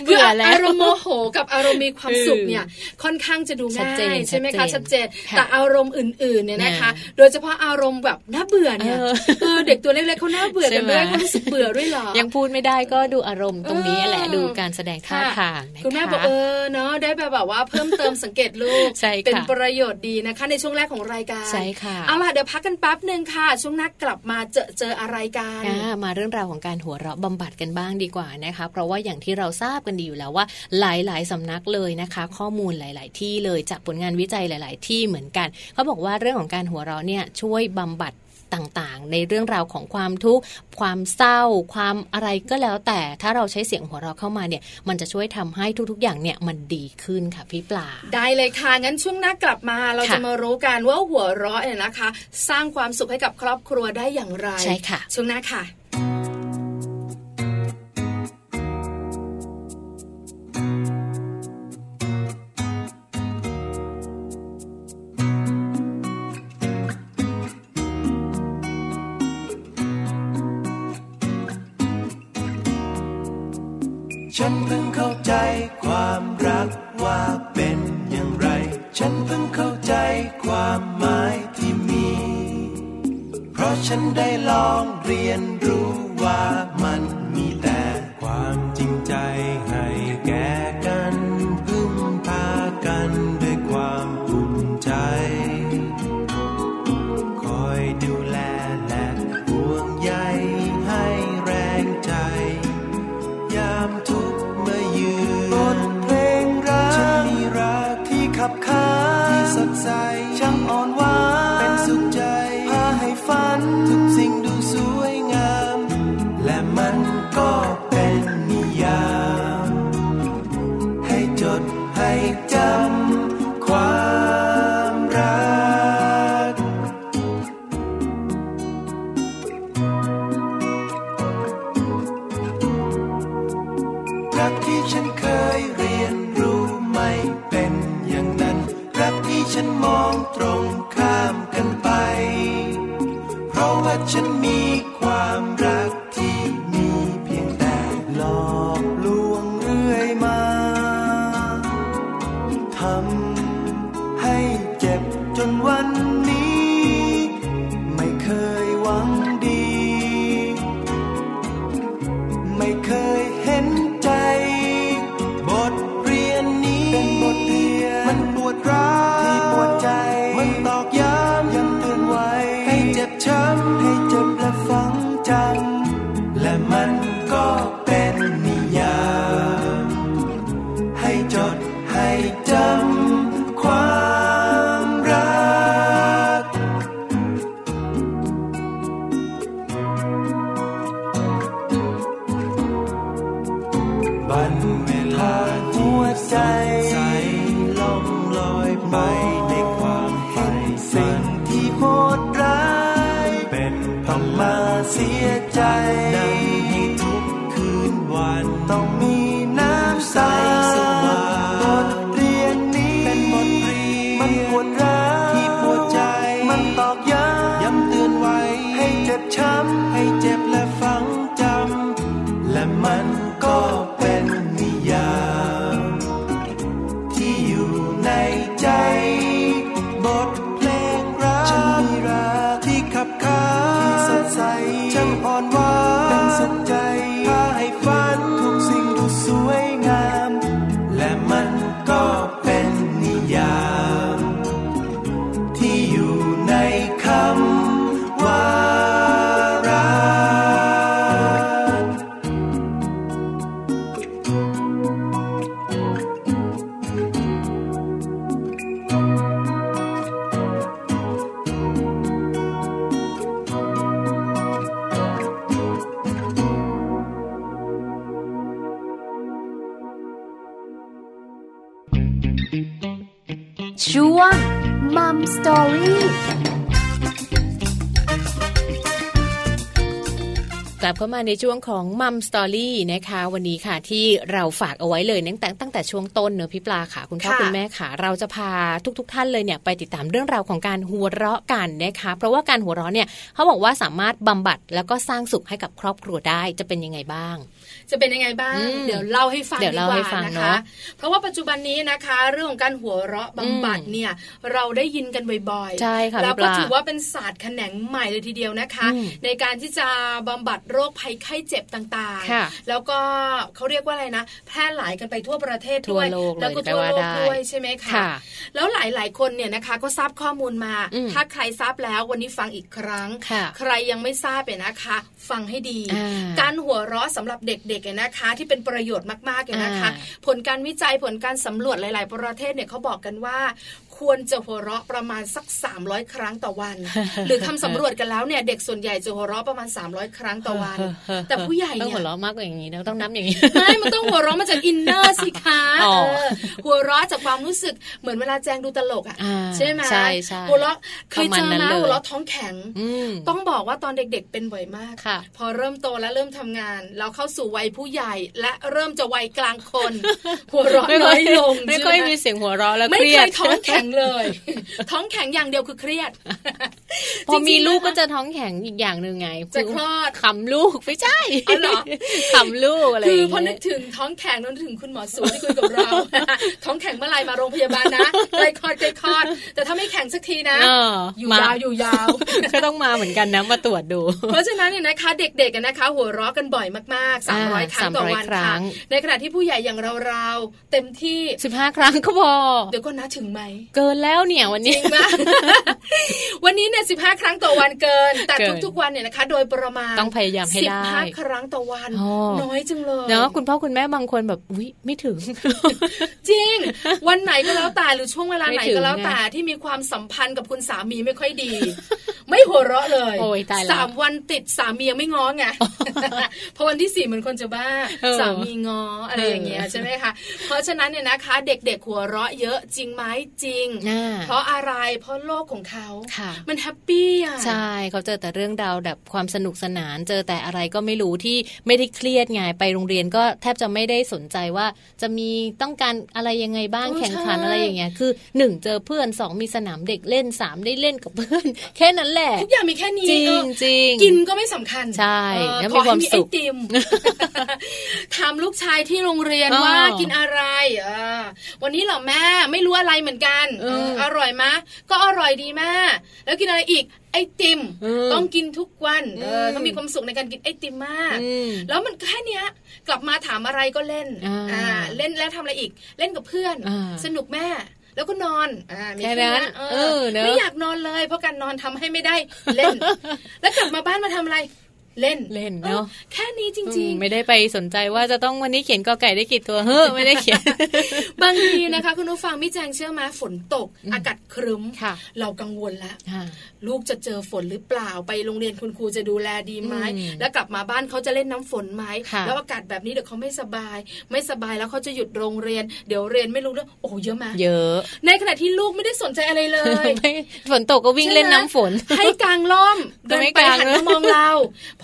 เบื่อแล้ว
อารมณ์โมโหกับอารมณ์มีความสุขเนี่ย ค่อนข้างจะดู
ชัด
ง่า
เจน
ยใช่ไหมคะ
ชั
ชัด
ด
เจ
เจ
น
น
แต่
ค่ะ
อารมณ์อื่น ๆ เนี่ยนะคะ
นะ
โดยเฉพาะอารมณ์แบบน่าเบื่อเนี่ย
เออ
เออเด็กตัวเล็กๆเขาน่าเบื่อกันด้วยเขารู้สึกเบื่อด้วยเหรอ
ยังพูดไม่ได้ก็ดูอารมณ์ตรงนี้แหละ
เออ
ดูการแสดงท่าทางนะะ
คุณแม่บอกเออเนาะได้แบบว่าเพิ่มเติมสังเกตลูก
ใช่ค่ะ
เป็นประโยชน์ดีนะคะ ในช่วงแรกของรายการ
ใช่ค่ะ
เอาล่ะเดี๋ยวพักกันแป๊บหนึ่งค่ะ ช่วงหน้ากลับมาเจอเจออะไรกัน
อ่ามาเรื่องราวของการหัวเราะบำบัดกันบ้างดีกว่านะคะ เพราะว่าอย่างที่เราทราบกันดีอยู่แล้วว่าหลาย ๆสำนักเลยนะคะ ข้อมูลหลาย ๆ ที่เลยจากผลงานวิจัยหลาย ๆ ที่เหมือนกันเขาบอกว่าเรื่องของการหัวเราะเนี่ยช่วยบำบัดต่างๆ ในเรื่องราวของความทุกข์ความเศร้า ความอะไรก็แล้วแต่ ถ้าเราใช้เสียงหัวเราะเข้ามาเนี่ย มันจะช่วยทำให้ทุก ๆ อย่างเนี่ยมันดีขึ้นค่ะพี่ปลา
ได้เลยค่ะ งั้นช่วงหน้ากลับมาเรา
ค่ะ
จะมารู้กันว่าหัวเราะเนี่ยนะคะ สร้างความสุขให้กับครอบครัวได้อย่างไร
ใช่ค่ะ
ช่วงหน้าค่ะ
ฉันเพิ่งเข้าใจความรักว่าเป็นอย่างไร ฉันเพิ่งเข้าใจความหมายที่มี เพราะฉันได้ลองเรียนรู้ว่ามันมีแต่ความจริงใจให้แก่กัน พึ่งพากันด้วยความอุ่นใจ คอยดูแลและห่วงใยให้แรงใจ ยามทุกข์เมื่อยืนบทเพลงรัก ฉันมีรักที่ขับขานที่สดใส ช่างอ่อนหวาน เป็นสุขใจ พาให้ฝัน ทุกสิ่งดูสวยงาม และมันก็เป็นนิยาม ให้จดให้จำความรัก รักที่ฉันเคยเรียนรู้ไม่เป็นอย่างนั้น รักที่ฉันมองตรงข้ามกันไป เพราะว่าฉันมีความรักที่มีเพียงแต่หลอกลวงเรื่อยมาทำให้เจ็บจนวันนี้ ไม่เคยหวังดี ไม่เคยเห็นใจ บทเรียนนี้เป็นบทเรียน มันปวดร้าวที่ปวดใจ มันตอกย้ำย้ำเตือนไว้ ให้เจ็บช้ำให้เจ็บและฝังจำและมันก็เป็นนิยามให้จดให้จำความรัก บันเวลาหัวใจใสล่องลอยไปในความใฝ่สิ่งที่โหดร้าย เป็นพมาเสียใจนั่งให้ทุกคืนวันต้องมีน้ำใสสว่างบทเรียนนี้เป็นบทเรียนมันปวดร้าวที่ปวดใจ มันตอกย้ำย้ำเตือนไว้ ให้เจ็บช้ำให้เจ็บและฝังจำและมันก็เป็นนิยามที่อยู่ในใจ บทเพลงรักฉันมีรักที่ขับขานที่สดใสช่างอ่อนหวานเป็นสุขใจพาให้ฝันทุกสิ่งดูสวยงาม และมันก็เป็นนิยาม ที่อยู่ในคำว่ารัก
ช่วงมัมสตอรี่
กลับเข้ามาในช่วงของมัมสตอรี่นะคะ วันนี้ค่ะที่เราฝากเอาไว้เลยตั้งแต่ตั้งแต่ช่วงต้นเนอะพี่ปลาค่ะ คุณพ่อ
ค่ะ
คุณแม่ค่ะ เราจะพาทุกๆทท่านเลยเนี่ยไปติดตามเรื่องราวของการหัวเราะกันนะคะ เพราะว่าการหัวเราะเนี่ยเขาบอกว่าสามารถบำบัดแล้วก็สร้างสุขให้กับครอบครัวได้จะเป็นยังไงบ้าง
จะเป็นยังไงบ้าง
อืม
เดี๋ยวเล่าให้ฟัง
เดี๋ยวเล่าให้ฟัง
ดีกว่
เน
คะ
อะ
เพราะว่าปัจจุบันนี้นะคะ เรื่องของการหัวเราะบำบัด
อืม
เนี่ย เราได้ยินกันบ่อยๆ
ใช่ค่ะ
แล้ว
พี่ป
ก็
ลา
ถือว่าเป็นศาสตร์แขนงใหม่เลยทีเดียวนะคะ
อืม
ในการที่จะบำบัดโรคภัยไข้เจ็บต่าง
ค่ะ
ๆ แล้วก็เขาเรียกว่าอะไรนะ แพร่หลายกันไปทั่วประเทศ
ทั่ว
ด้วย
โลกเลย
แล้วก็
แปล
ทั่ว
ว่า
โล
ได้
กด้วยใช่ไหมคะ
ค่ะ
แล้วหลายๆ คนเนี่ยนะคะ ก็ทราบข้อมูลมา
อืม
ถ้าใครทราบแล้ววันนี้ฟังอีกครั้ง
ค่ะ
ใครยังไม่ทราบเนี่ยนะคะ ฟังให้ดี
อ่า
การ หัวเราะสำหรับเด็กๆเนี่ยนะคะ ที่เป็นประโยชน์มากๆเนี่ยนะคะ
อ่า
ผลการวิจัยผลการสำรวจหลาย ๆ ประเทศเนี่ยเขาบอกกันว่า ควรจะหัวเราะประมาณสัก 300 ครั้งต่อวัน หรือทำสำรวจกันแล้วเนี่ยเด็กส่วนใหญ่จะหัวเราะประมาณ 300 ครั้งต่อวัน แต่ผู้ใหญ่
ต้อง
เนี่
หัวย เราะมากกว่าอย่างนี้นะต้องนับอย่างนี้
ไม่มันต้องหัวเราะมาจากอินเนอร์สิคะ
อ๋อ
เออหัวเราะจากความรู้สึกเหมือนเวลาแจงดูตลกอ่ะ
อ่า
ใช่ไหม
ใช่ใช่
หัวเราะเคยเจอ
ประมาณนั้น
นะ
เลย
หัวเราะท้องแข็ง
อืม
ต้องบอกว่าตอนเด็กๆเป็นบ่อยมาก
ค่ะ
พอเริ่มโตและเริ่มทำงาน เราเข้าสู่วัยผู้ใหญ่และเริ่มจะวัยกลางคน หัวเร้อนน้อยลง
ไม่ค่อย
ใช่ห
มีเสียงหัวเราะแล้ว
ไม่
เครี
เค
ยด
ยท้องแข็งเลย *laughs* ท้องแข็งอย่างเดียวคือเครียด
พอมีลูก
จริงๆ
ก็จะท้องแข็งอีกอย่างหนึ่งไง
จะคลอด
ขำลูกไม่ใช่
*laughs* อ๋อเหรอ
ขำลูกอะไร
คื
ย่าง
อ
เงี้ย
พอนึกถึงท้องแข็งนึกถึงคุณหมอสูที่คุยกับเรา
*laughs*
ท้องแข็งเมื่อไหรมาโรงพยาบาลนะใกล้คลอดใกล้คลอด แต่ถ้าไม่แข็งสักทีนะ
เออ
อยู่
ม
ยาวอยู่ยาว
*laughs* ก็ต้องมาเหมือนกันนะ มาตรวจดู
เพราะฉะนั้นเนี่ยนะคะเด็กๆกันนะคะ หัวเราะกันบ่อยมากๆ
อ่า
300 ครั้งต่อ
300
วัน
ครั้
ค่ะ
ง
ในขณะที่ผู้ใหญ่อย่างเราๆเต็มที่
สิบห้าครั้งก็พอ
เดี๋ยวก็นะถึงไหม
เกินแล้วเนี่ยวันนี้
นะ
*laughs*
วันนี้เนี่ยสิครั้งต่อวันเกิน แต่
เกิน
ทุกๆวันเนี่ยนะคะ โดยประมาณ
ต้องพยายามให้
สิบ
ได้
ห้าครั้งต่อวัน
อ๋อ
น้อยจังเลย
เนาะคุณพ่อคุณแม่บางคนแบบอุ้ยไม่ถึง
จริง วันไหนก็แล้วแต่หรือช่วงเวลา
ไม่
ไหน
ถึง
ก็แล้วแต่ที่มีความสัมพันธ์กับคุณสามีไม่ค่อยดี ไม่หัวเราะเลย
โอ้ยตายละ
สามวันติดสามียังไม่ง้อไง *laughs* พอวันที่สี่เหมือนคนจะบ้า
เออ
สามีง้ออะไรอย่างเงี้ย
เออ
ใช่ไหมคะเพราะฉะนั้นเนี่ยนะคะ เด็กๆหัวเราะเยอะจริงไหมจริง
อ่า
เพราะอะไรเพราะโลกของเขา
ค่ะ
มันแฮปปี้อ่ะ
ใช่เขาเจอแต่เรื่องราวแบบความสนุกสนาน เจอแต่อะไรก็ไม่รู้ที่ไม่ได้เครียดไงไปโรงเรียนก็แทบจะไม่ได้สนใจว่า จะมีต้องการอะไรยังไงบ้าง
เออ
แข่งขัน
ใช่
อะไรอย่างเงี้ยคือหนึ่งเจอเพื่อนสองมีสนามเด็กเล่นสามได้เล่นกับเพื่อน *laughs* แค่นั้นแหละ
ทุกอย่างมีแค่นี้
จริง
เออ
จริง
กินก็ไม่สำคัญ
ใช่
เออ
แล้ว
ข
มีค
อให้
วาม
มี
สุ
ไอ
ข
ติ
*laughs*
ม ถามลูกชายที่โรงเรียน
อ้อ
ว่ากินอะไรเออวันนี้เหรอแม่ไม่รู้อะไรเหมือนกัน
เออ
เอออร่อยมะก็อร่อยดีแม่แล้วกินอะไรอีกไอติม
เออ
ต้องกินทุกวันเออ
ม
เขามีความสุขในการกินไอติมมาก
อืม
แล้วมันแค่เนี้ย กลับมาถามอะไรก็เล่น
อ่า
าเล่นแล้วทำอะไรอีก เล่นกับเพื่อน
อ่า
สนุกแม่ แล้วก็นอนอามี
แค่นั้น
เอ
เอ
อ
อเนอะ
ไม่อยากนอนเลย เพราะการนอนทำให้ไม่ได้เล่น
*laughs*
แล้วกลับมาบ้านมาทำอะไร เล่น
เล่น
ออ
เนาะ
แค่นี้จ
อื
ริง
มไม่ได้ไปสนใจว่าจะต้องวันนี้เขียนกอไก่ได้กี่ตัว *laughs* เฮ้อไม่ได้เขียน
*laughs* ๆ บางทีนะคะ คุณผู้ฟังพี่แจงเชื่อไหมาฝนตก อากาศครึ้ม
ค่ะ
เรากังวลแล้ว
อ่า
ลูกจะเจอฝนหรือเปล่าไปโรงเรียนคุณครูจะดูแลดีไหม
อืม
แล้วกลับมาบ้านเขาจะเล่นน้ำฝนไหม
ค่ะ
แล้วอากาศแบบนี้เดี๋ยวเขาไม่สบาย ไม่สบายแล้วเขาจะหยุดโรงเรียน เดี๋ยวเรียนไม่รู้เรื่องโอ้โหเยอะมาก
เยอะ
ในขณะที่ลูกไม่ได้สนใจอะไรเลย
*laughs* ไม่ฝนตกก็วิ่งเล่นน้ำฝน
ให้กางล่ม
ก็
เดิน
ไม่
ไป
กาง
หันมามองเรา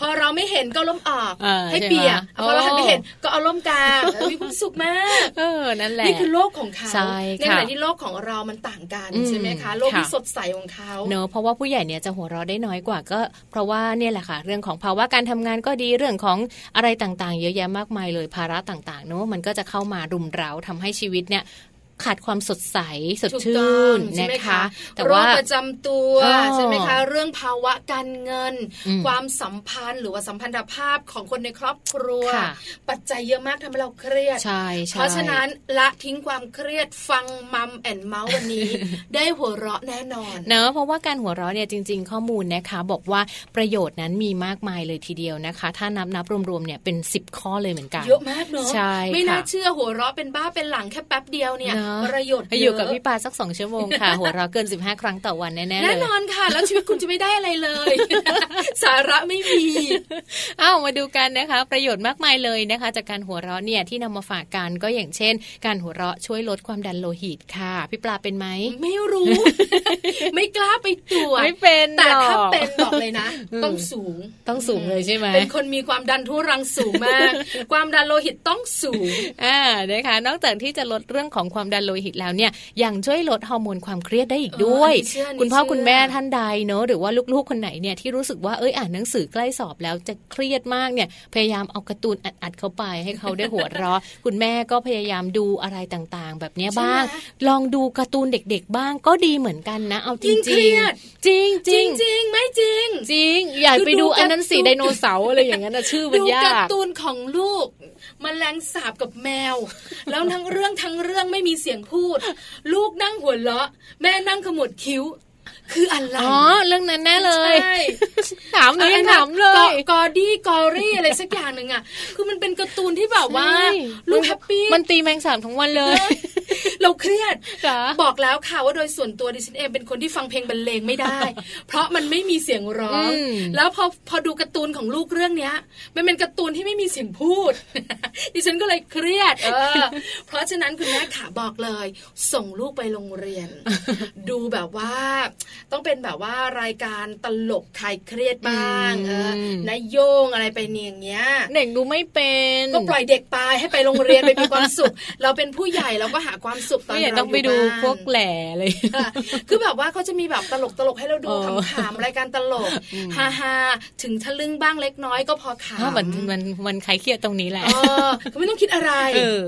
พอเราไม่เห็นก็เอาล่มออก
เออ
ให้
ใช่ไหม
เปียก
โอ้
พอเราหันไปเห็นก็เอาล่มกางเออมีความสุขมาก
*laughs* เออ นั่นแหละ
นี่คือโลกของเขา
ใช่
ใน
ค่ะ
ขณะที่โลกของเรามันต่างกัน
อืม
ใช่ไหมคะ โลกที่
ค่ะ
สดใสของเขา
เนอะเพราะว่าผู้ใหญ่เนี่ยจะหัวเราะได้น้อยกว่าก็ เพราะว่าเนี่ยแหละค่ะ เรื่องของภาวะการทำงานก็ดีเรื่องของอะไรต่างๆ เยอะแยะมากมายเลยภาระต่างๆเนอะมันก็จะเข้ามารุมเร้าทำให้ชีวิตเนี่ยขาดความสดใสสด
ถูก
ชื่
ต้อง
น
ใช่
นะ
ไหม
คะ แต่
โรค
ว่า
ประจำตัว
เออ
ใช่ไหมคะเรื่องภาวะการเงิน
อืม
ความสัมพันธ์หรือว่าสัมพันธภาพของคนในครอบครัว
ค่ะ
ปัจจัยเยอะมากทำให้เราเครียด
ใช่ใช่
เพราะฉะนั้นละทิ้งความเครียดฟังมัมแอนเมาส์วัน
*laughs*
นี้ ได้หัวเราะแน่นอน
เนอะเพราะว่าการหัวเราะเนี่ยจริง ๆ ข้อมูลนะคะ บอกว่าประโยชน์นั้นมีมากมายเลยทีเดียวนะคะ ถ้านับนับรวมๆเนี่ยเป็น 10 ข้อเลยเหมือนกัน
เยอะมากเนอะ
ใช่
ไม่น่า
ค่ะ
เชื่อหัวเราะเป็นบ้าเป็นหลังแค่แป๊บเดียวเนี่ย
เนอ นาะ
ประโยชน์
ให้
เะ
อยู่กับพี่ปาสักสองชั่วโมงค่ะ หัวเราะเกิน 15 ครั้งต่อวันแน่ๆเล
แน่
ย
นอนค่ะ แล้วชีวิตคุณจะไม่ได้อะไรเลย *laughs* สาระไม่มี
อ้าวมาดูกันนะคะ ประโยชน์มากมายเลยนะคะ จากการหัวเราะเนี่ยที่นำมาฝากกันก็อย่างเช่น การหัวเราะช่วยลดความดันโลหิตค่ะ พี่ปลาเป็นไหม
ไม่รู้ *laughs* ไม่กล้าไปตรวจ
ไม่เป็น
แต่
หรอก
ถ้าเป็นบอกเลยนะ ต้องสูง
ต้องสูงเลยใช่ไหม
เป็นคนมีความดันทุรังสูง
*laughs*
มาก ความดันโลหิตต้องสูง
อ่านะคะนอกจากที่จะลดเรื่องของความดันโลหิตแล้วเนี่ยยังช่วยลดฮอร์โมนความเครียดได้อีกด้วย
เอออันนี้เชื่ออันนี้
คุณพ่อ
เชื่อ
คุณแม่ท่านใดเนอะหรือว่าลูกๆคนไหนเนี่ยที่รู้สึกว่าเอ้ยอ่านหนังสือใกล้สอบแล้วจะเครียดมากเนี่ยพยายามเอาการ์ตูนอัดๆเข้าไปให้เขาได้หัวเราะ *laughs* คุณแม่ก็พยายามดูอะไรต่างๆ แบบเนี้ยบ้าง ลองดูการ์ตูนเด็กๆ บ้างก็ดีเหมือนกันนะ เอาจริ
ยิ่
ง
ง
ๆ
เครียด
จริงๆ
จริงจริงๆไม่จริง
จริงอย่าไป
คือดู
ดูอันนั้นสิ
การ์ตูน
ไดโนเสาร์อะไรอย่างนั้นนะชื่อมัน
ดู
ยาก
การ์ตูนของลูกมแมลงสาบกับแมว แล้วทั้งเรื่องทั้งเรื่องไม่มีเสียงพูด ลูกนั่งหัวเราะ แม่นั่งขมวดคิ้ว คืออะไร
อ๋อเรื่องนั้นแน่เลย
ใช่
*laughs* ถามหนูยังถามเล
กอย กอดี้กอรี่อะไรสักอย่างหนึ่งอ่ะ คือมันเป็นการ์ตูนที่แบบว่า
ใช่
ลูกแฮปปี้
มันตีแมงสาบทั้งวันเลย
*laughs* เราเครียด
เหรอ
บอกแล้วค่ะว่าโดยส่วนตัวดิฉันเองเป็นคนที่ฟังเพลงบรรเลงไม่ *laughs* ได้ เพราะมันไม่มีเสียงร้อง
อืม
แล้วพอพอดูการ์ตูนของลูกเรื่องเนี้ย มันเป็นการ์ตูนที่ไม่มีเสียงพูด *laughs* ดิฉันก็เลยเครียด เออ เพราะฉะนั้นคุณแม่ขาบอกเลย ส่งลูกไปโรงเรียน *laughs* ดูแบบว่า ต้องเป็นแบบว่ารายการตลกคลายเครียดบ้างเออนายโยงอะไรไปเนี่ยอย่างเงี้ย
เด็กดูไม่เป็น
ก็ปล่อยเด็กไปให้ไปโรงเรียนไปมีความสุข *laughs* เราเป็นผู้ใหญ่เราก็หาความสุขตอน
ไม่
เรา
เห็นต้องไปดู
ยู่บ้า
พวกแหล่เลย
ค่ะคือแบบว่าเขาจะมีแบบตลกตลกๆให้เราดู
อ๋อ
ขำๆรายการตลกฮาฮาๆถึงทะลึ่งบ้างเล็กน้อยก็พอขำ
เหมือนมันมันคลายเครียดตรงนี้แหละ
เออก็ไม่ต้องคิดอะไร
เออ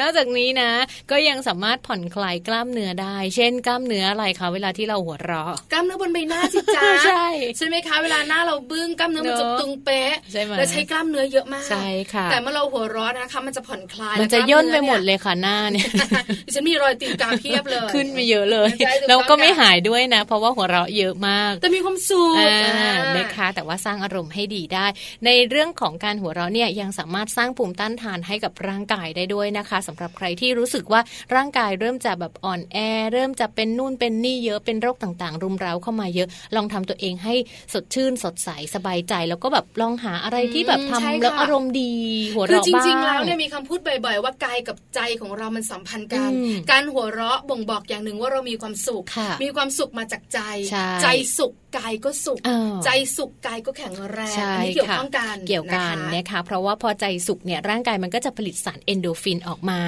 นอกจากนี้นะ ก็ยังสามารถผ่อนคลายกล้ามเนื้อได้ เช่น กล้ามเนื้ออะไรคะเวลาที่เราหัวเราะ
กล้ามเนื้อบนใบหน้าสิจ้า
ใช่
ใช่ไหมคะ เวลาหน้าเราบึ้งกล้ามเนื้อมันจะ
เนอะ
ตึงเป๊ะ
ใช่ไหม
แล้วใช้กล้ามเนื้อเยอะมาก
ใช่ค่ะ
แต่เมื่อเราหัวเร้อนนะคะมันจะผ่อนคลาย
มันจะ
แล้วกล้า
ย่น
เอ
ไปหมดเลยค่ะหน้าเนี่ย
เนี่ยดิฉันมีรอยตีนกาเพียบเลย
ขึ้นไปเยอะเลย
ใช่ถูกต้อง
แล้วก็ไม่หายด้วยนะ เพราะว่าหัวเราะเยอะมาก
แต่มีความสุข
อ่า
อ่า
นะคะแต่ว่าสร้างอารมณ์ให้ดีได้ ในเรื่องของการหัวเราะเนี่ยยังสามารถสร้างภูมิต้านทานให้กับร่างกายได้ด้วยนะคะสำหรับใครที่รู้สึกว่าร่างกายเริ่มจะแบบอ่อนแอ เริ่มจะเป็นนู่นเป็นนี่เยอะเป็นโรคต่างๆ รุมเร้าเข้ามาเยอะ ลองทำตัวเองให้สดชื่นสดใสสบายใจ แล้วก็แบบลองหาอะไรที่แบบ
ใช่
ทำ
ค่ะ
แล้วอารมณ์ดีหัว
คือ
เราะ
จ
บ้าง
ริง ๆ แล้วเนี่ยมีคำพูดบ่อยๆ ว่ากายกับใจของเรามันสัมพันธ์กัน
อืม
การหัวเราะบ่งบอกอย่างหนึ่งว่าเรามีความสุข
ค่ะ
มีความสุขมาจากใจ
ใช่
ใจสุขกายก็สุข
เออ
ใจสุขกายก็แข็งแรง
ใช่
อันนี้เกี่ยวข้องกัน
เกี่ยวกัน
นะ
นะคะ เพราะว่าพอใจสุขเนี่ยร่างกายมันก็จะผลิตสารเอนโดรฟินออกมา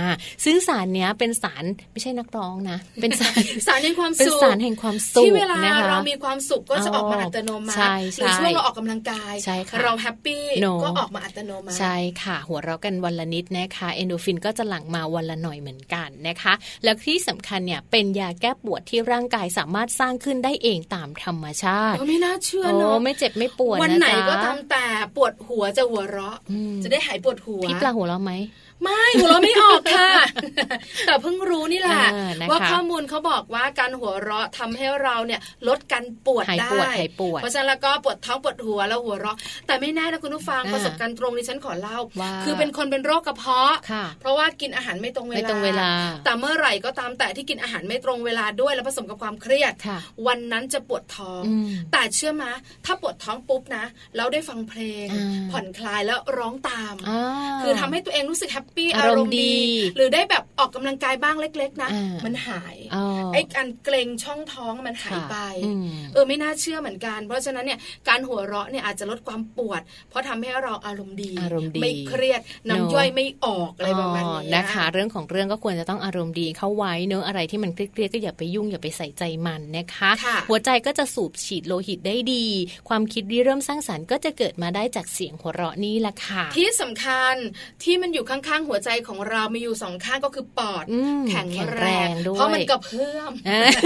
ซึ่งสารเนี้ยเป็นสารไม่ใช่นักร้องนะ เป็นสาร
*laughs* สารแห่งความ
เป็น
สุข
สารแห่งความสุข
ที่เวลา
นะคะ
เรามีความสุขก็จะออกมาอัตโนมั
ใช่
ติ
ใช่
หรือช่วงเราออกกำลังกาย
ใช่ค่ะ
เราแฮปปี้
โน่
ก็ออกมาอัตโนมัติ
ใช่ค่ะ หัวเราะกันวันละนิดนะคะเอนโดรฟินก็จะหลั่งมาวันละหน่อยเหมือนกันนะคะ แล้วที่สำคัญเนี่ยเป็นยาแก้ปวดที่ร่างกายสามารถสร้างขึ้นได้เองตามธรรมชาติ
เออไม่น่าเชื่อ
โอ้
เนาะ
ไม่เจ็บไม่ปวด
วัน
นะ
ไหน
จ๊ะ
ก็ทำแต่ปวดหัวจะหัวเราะ
อืม
จะได้หายปวดหัว
พี่ปลาหัวเราะไหม
ไม่หัวเราะไม่ออกค่ะ
*laughs*
แต่เพิ่งรู้นี่แหละ
เออนะคะ
ว่าข้อมูลเขาบอกว่าการหัวเราะทำให้เราเนี่ยลดการปวด
หาย
ได้
ปวดหายปวด
เพราะฉะนั้นแล้วก็ปวดท้องปวดหัวแล้วหัวเราะ แต่ไม่แน่นะคุณผู้ฟัง
อ่า
ประสบการณ์ตรงดิฉันขอเล่า
ว่า
คือเป็นคนเป็นโรคกระเพาะ
ค่ะ
เพราะว่ากินอาหารไม่ตรงเวลา
ไม่ตรงเวลา
แต่เมื่อไหร่ก็ตามแต่ที่กินอาหารไม่ตรงเวลาด้วย แล้วผสมกับความเครียด
ค่ะ
วันนั้นจะปวดท้อง
อืม
แต่เชื่อมะถ้าปวดท้องปุ๊บนะแล้วได้ฟังเพลง
อ่า
ผ่อนคลายแล้วร้องตาม
อ่า
คือทำให้ตัวเองรู้สึกแฮปปี้
อา
อาร
มณ์
รมณ์ดี
ดี
หรือได้แบบออกกำลังกายบ้างเล็ก ๆ นะ
อ่ามั
มันหาย
อ๋อ
ไอ้การเกรงช่องท้องมันหาย
ค่ะ
ไป
อืม
เออไม่น่าเชื่อเหมือนกัน เพราะฉะนั้นเนี่ยการหัวเราะเนี่ยอาจจะลดความปวด เพราะทำให้เราอารมณ์ดี
อารมณ์ดี
ไม่เครียด
เนอะ
น้ำย่อยไม่ออกอะไรประมาณ
อ๋อ
เนี้ย
นะคะ เรื่องของเรื่องก็ควรจะต้องอารมณ์ดีเข้าไว้เนอะอะไรที่มันเครียดๆก็อย่าไปยุ่งอย่าไปใส่ใจมันนะคะ
ค่ะ
หัวใจก็จะสูบฉีดโลหิตได้ดี ความคิดริเริ่มสร้างสรรค์ก็จะเกิดมาได้จากเสียงหัวเราะนี่แหละค่ะ
ที่สำคัญที่มันอยู่ข้างๆหัวใจของเรามีอยู่สองข้างก็คือปอด
อืม
แข็
แข็งแรงด้วย
เพราะมันกระเพื่อม
เออ
*laughs*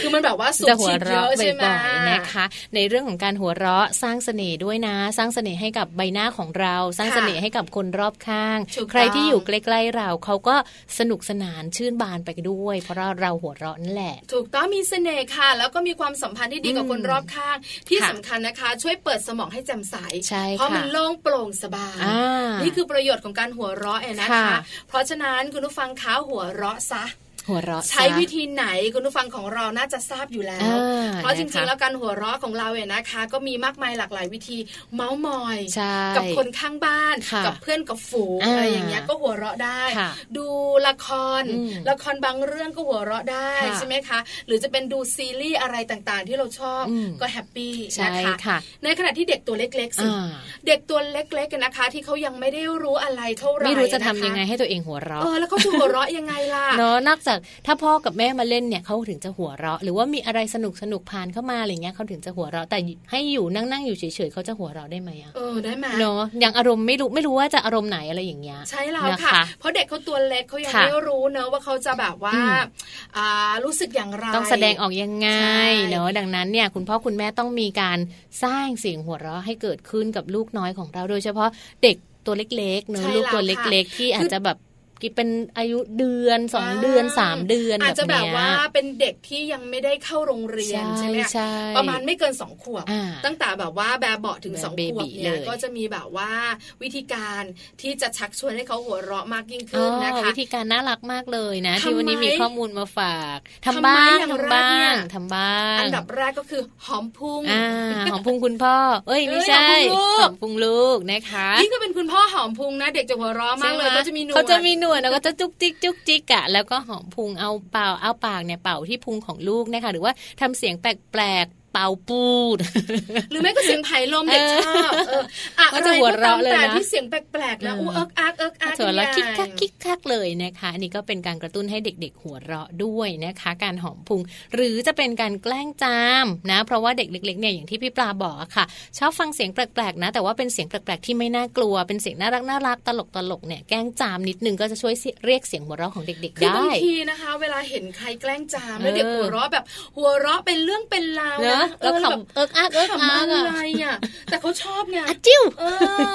คือมันแบบว่าสู
*laughs*
บ
จะหัว
ฉีดเย
เราะบ
อะใช่ไหม
่อยๆนะคะ ในเรื่องของการหัวเราะสร้างเสน่ห์ด้วยนะ สร้างเสน่ห์ให้กับใบหน้าของเรา สร้างเสน่ห์ให้กับคนรอบข้าง
ถูกต้อง
ใครที่อยู่ใกล้ๆเราเขาก็สนุกสนานชื่นบานไปด้วย เพราะเราหัวเราะนั่นแหละ
ถูกต้องมีเสน่ห์ค่ะ แล้วก็มีความสัมพันธ์ที่ดีกับคนรอบข้าง ที่
ค่ะ
สำคัญนะคะ ช่วยเปิดสมองให้แจ่มใส
ใช่
เพราะ
ค่ะ
มันโล่งโปร่งสบาย
อ่า
นี่คือประโยชน์ของการหัวเราะเองนะคะ
ค่ะ
เพราะฉะนั้นคุณผู้ฟังคะหัวเราะซะ
หัวเราะ
ใช้
ซะ
วิธีไหนคุณผู้ฟังของเราน่าจะทราบอยู่แล้ว
อ่า
เพราะจริง
นะคะ
ๆ แล้วการหัวเราะของเราเนี่ยนะคะ ก็มีมากมายหลากหลายวิธีเมาส์มอย
ใช่
กับคนข้างบ้าน
ค่ะ
กับเพื่อนกับฝูง
อ่า
อะไรอย่างเงี้ยก็หัวเราะได้
ค่ะ
ดูละคร
อืม
ละครบางเรื่องก็หัวเราะได้
ค่ะ
ใช่ไหมคะ หรือจะเป็นดูซีรีส์อะไรต่างๆ ที่เราชอบ
อืม
ก็แฮปปี้
ใช่
นะคะ
ค่ะ
ในขณะที่เด็กตัวเล็กๆสิ
อ่า
เด็กตัวเล็กๆกันนะคะ ที่เขายังไม่ได้รู้อะไรเท่าไหร่
ไม่รู้จะทำ
นค
ยังไงให้ตัวเองหัวเราะ
เออแล้วเขาจะหัวเราะยังไงล่ะ
เนาะนอกจากถ้าพ่อกับแม่มาเล่นเนี่ยเขาถึงจะหัวเราะ หรือว่ามีอะไรสนุกสนุกๆผ่านเข้ามาอะไรเงี้ยเขาถึงจะหัวเราะแต่ให้อยู่นั่งนั่งอยู่เฉยๆเขาจะหัวเราะได้ไหมอะ
เออได้ไหม
เนาะอย่างอารมณ์ไม่รู้ไม่รู้ว่าจะอารมณ์ไหนอะไรอย่างเงี้ย
ใช่แล้วค่ะ
นะคะ
เพราะเด็กเขาตัวเล็กเขายัง
ค่ะ
ไม่รู้เนอะว่าเขาจะแบบว่า
อืม
อ่ารู้สึกอย่างไร
ต้องแสดงออกยังไง
ใช่
เนาะดังนั้นเนี่ยคุณพ่อคุณแม่ต้องมีการสร้างเสียงหัวเราะให้เกิดขึ้นกับลูกน้อยของเราโดยเฉพาะเด็กตัวเล็กๆเนาะลูกตัวเล็ก ๆ ที่อาจจะแบบเป็นอายุเดือนสองเดือนสามเดือน
อาจจะแบ
เนี้
บ
ย
ว่าเป็นเด็กที่ยังไม่ได้เข้าโรงเรียนใช่ไหม
ใช่
ประมาณไม่เกินสองขวบ
อ่า
ตั้งแต่แบบว่าแบบเบาะถึง
แบบ
สองขว
baby
บเนี่ย
เลย
ก็จะมีแบบว่าวิธีการที่จะชักชวนให้เขาหัวเราะมากยิ่ง
อ๋
ขึ้นนะ
อ
คะ
วิธีการน่ารักมากเลยนะ
ทำ
ที่วันนี้
ไหม
มีข้อมูลมาฝากทำ
ทำไหม
บ้าง
อย่าง
ทำ
แรก
บ้างทำบ้าง
เนี่ยอันดับแรกก็คือหอมพุ่ง
อ่าของพุงคุณพ่อ เอ้ยไม่
เอ้ย
ใช่
ขอ
ขอ
งพุงลูก
งพุงลูกนะคะ
ยิ่งก็เป็นคุณพ่อหอมพุงนะ เด็กจะหัวเราะมากเลย
ใช่ไห
ก็จะมีหนวด
เขาจะมีหนวดแล้วก็จะจุกจิกจุกจิกอะแล้วก็หอมพุงเอาเป่าเอาปากเนี่ยเป่าที่พุงของลูกนะคะหรือว่าทำเสียงแปลกๆเป่าปูด
หรือไม่ก็เสียงไผ่ลมเด็กชอบเอออะ
ก็
ไร
จะหัว
ก็ตา
เราะ
ม
เลย
แต่
นะ
ที่เสียงแปลกๆนะ
เอออู้
อู้เอิกอักเอิกอัก
*laughs* ส่วนเรา
ใหญ่
คิกคักคิกคักเลยนะคะอันนี้ก็เป็นการกระตุ้นให้เด็กๆ หัวเราะด้วยนะคะ การหอมพุง หรือจะเป็นการแกล้งจามนะ เพราะว่าเด็กเล็กๆเนี่ยอย่างที่พี่ปลาบอกอะค่ะ ชอบฟังเสียงแปลกๆนะแต่ว่าเป็นเสียงแปลกๆที่ไม่น่ากลัวเป็นเสียงน่ารักน่ารักตลกตลกๆเนี่ยแกล้งจามนิดนึงก็จะช่วยเรียกเสียงหัวเราะของเด็กๆ
คือ
ได้
บางทีนะคะ เวลาเห็นใครแกล้งจามแล้ว
เออ
เด็กหัวเราะแบบ หัวเราะเป็นเรื่องเป็นราว
เน
นะ
อะ
เอ
แล้ว
อ
ข
แบบ
ำเอิกอักเอิก
ขำ
อั
อะ
ก
ไร
อะ
อ่ะแต่เขาชอบไง
อะจิ้ว
เอ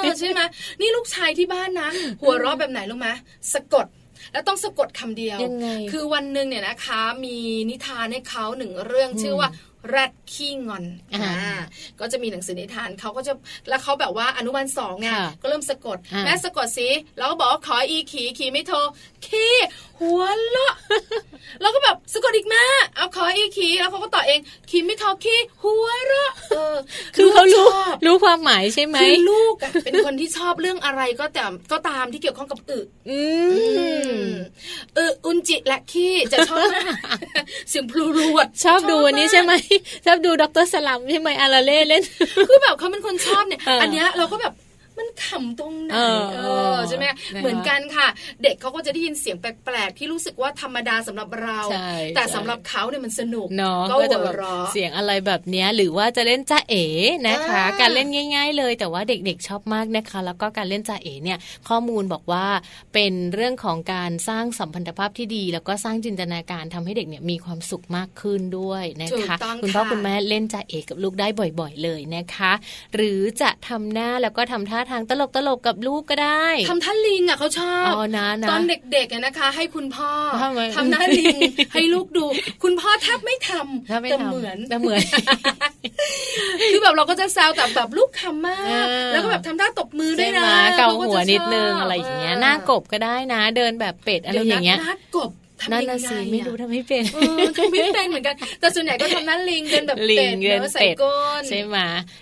อใช่ไหมนี่ลูกชายที่บ้านนะ หัวเราะแบบไหนรู้ไหมสะกด แล้วต้องสะกดคำเดียว
ยังไง
คือวันหนึ่งเนี่ยนะคะ มีนิทานให้เขาหนึ่งเรื่อง
อืม
ชื่อว่าแรดขี้งอน
อ่า
อ่าก็จะมีหนังสือนิทานเขาก็จะแล้วเขาแบบว่าอนุบาลสองไง
ค่ะ
ก็เริ่มสะกด
อ่า
แม่สะกดสิแล้วก็บอกว่าขออีขี่ขี่ไม่โทรขี่หัวเราะ แล้วก็แบบสะกดอีกแม่เอาขออีขี่แล้วเขาก็ต่อเองขี่ไม่โทรขี่หัวเราะเออ
คือเขารู้
ชอบ
รู้ความหมายใช่ไหม
คือลูกอะเป็นคนที่ชอบเรื่องอะไรก็แต่ก็ตามที่เกี่ยวข้องกับอึ
อืม
เอออุนจิและขี้จะช
*laughs*
อบมาก เสียงพลูรวด
ชอบดูอันนี้ใช่ไหม ชอบดูด็อกเตอร์สลัมใช่ไหมอาราเล่เล่น
คือแบบเขาเป็นคนชอบเนี่ย
เอออั
อันเนี้ยเราก็แบบมันขำตรงไหน
เออ
เออใช่ไหม
นะคะ
เหมือนกันค่ะ เด็กเขาก็จะได้ยินเสียงแปลกๆ ที่รู้สึกว่าธรรมดาสำหรับเรา
ใช่
แต่
ใช่
สำหรับเขาเนี่ยมันสนุก
เนาะ
ก็
ก็
หั
จะ
ว
แบบ
เราะ
เสียงอะไรแบบเนี้ยหรือว่าจะเล่นจ้าเอ๋นะคะ
อ่า
การเล่นง่าย ๆ เลย แต่ว่าเด็กๆชอบมากนะคะ แล้วก็การเล่นจ้าเอ๋เนี่ย ข้อมูลบอกว่าเป็นเรื่องของการสร้างสัมพันธภาพที่ดี แล้วก็สร้างจินตนาการทำให้เด็กเนี่ยมีความสุขมากขึ้นด้วยนะคะ
ถูกต้อง
คุณพ่อ
ค่ะ
คุณแม่เล่นจ่าเอกกับลูกได้บ่อยๆเลยนะคะ หรือจะทำหน้าแล้วก็ทำท่าทางตลกๆกับลูกก็ได้
ทำท่าลิงอ่ะเขาชอบ
อ๋อนะนะ
ตอนเด็กๆอะนะคะ ให้คุณพ่อ
ทำไม
ทำหน้าลิ
*laughs*
งให้ลูกดู คุณพ่อแทบไม่ทำ
ถ้าไม่
แต่
ทำ
เหมือน
แต่เหมือน
คือแบบเราก็จะแซวแต่แบบลูกคำมาก
อ่า
แล้วก็แบบทำท่าตบมือด้ว
ใช่
ย
ไหม
นะ
เกา
ขก็
หัว
จะชบ
นิดนึงอะไรอย่างเงี้ย
ออ
หน้ากบก็ได้นะ เดินแบบเป็ดอะไรอย่างเงี้ย
ดี๋วนะหน้ากบทำ
นั่น
ยังไง
น่ะสิไม่รู้
อะ
ทำให้เป็น
เออทำไม่เป็นเหมือนกัน แต่ส่วนใหญ่ก็ทำหนั้นลิงเดินแบบ
ลิ
เป็
ง
ด
เดิน
อะ
เป็
ใส่
ด
ก้น
ใช่ไหม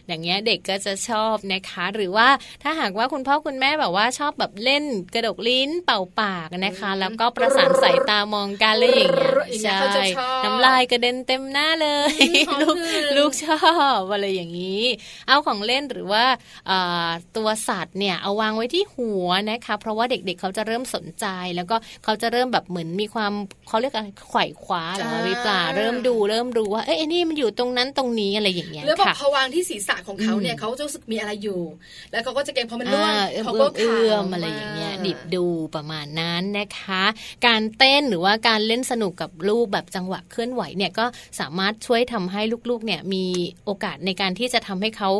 อย่างเงี้ยเด็กก็จะชอบนะคะ หรือว่าถ้าหากว่าคุณพ่อคุณแม่แบบว่าชอบแบบเล่นกระดกลิ้นเป่าปากนะคะ แล้วก็ประสานสายตามองกันอะไรอย่างเงี้ย
อย่างเงี้
ใช่
ยเขาจะชอบ
น้ำลายกระเด็นเต็มหน้าเลย
อืม
ลูก
ของอื่น
ลูกชอบอะไรอย่างนี้ เอาของเล่นหรือว่าเอ่อตัวสัตว์เนี่ยเอาวางไว้ที่หัวนะคะ เพราะว่าเด็กๆเขาจะเริ่มสนใจ แล้วก็เขาจะเริ่มแบบเหมือนมีความเขาเรียกอะไรไขว่คว้าเหรอคะวิปลาเริ่มดูเริ่มรู้ว่าเอ้ยไอ้นี่มันอยู่ตรงนั้นตรงนี้อะไรอย่างเงี้ย
แล้วแบบ
ค่ะ
พอวางที่ศีรษะของเขาเนี่ย
อืม
เขาจะรู้สึกมีอะไรอยู่ แล้วเขาก็จะเก่งพอมันล่วง
อ่าเอื้อม
เขา
เอื้
ก็
อมเอื้อม
ขำ
อะไรอย่างเงี้ย
มก
ดิบดูประมาณนั้นนะคะ การเต้นหรือว่าการเล่นสนุกกับลูกแบบจังหวะเคลื่อนไหวเนี่ยก็สามารถช่วยทำให้ลูกๆเนี่ยมีโอกาสในการที่จะทำให้เขา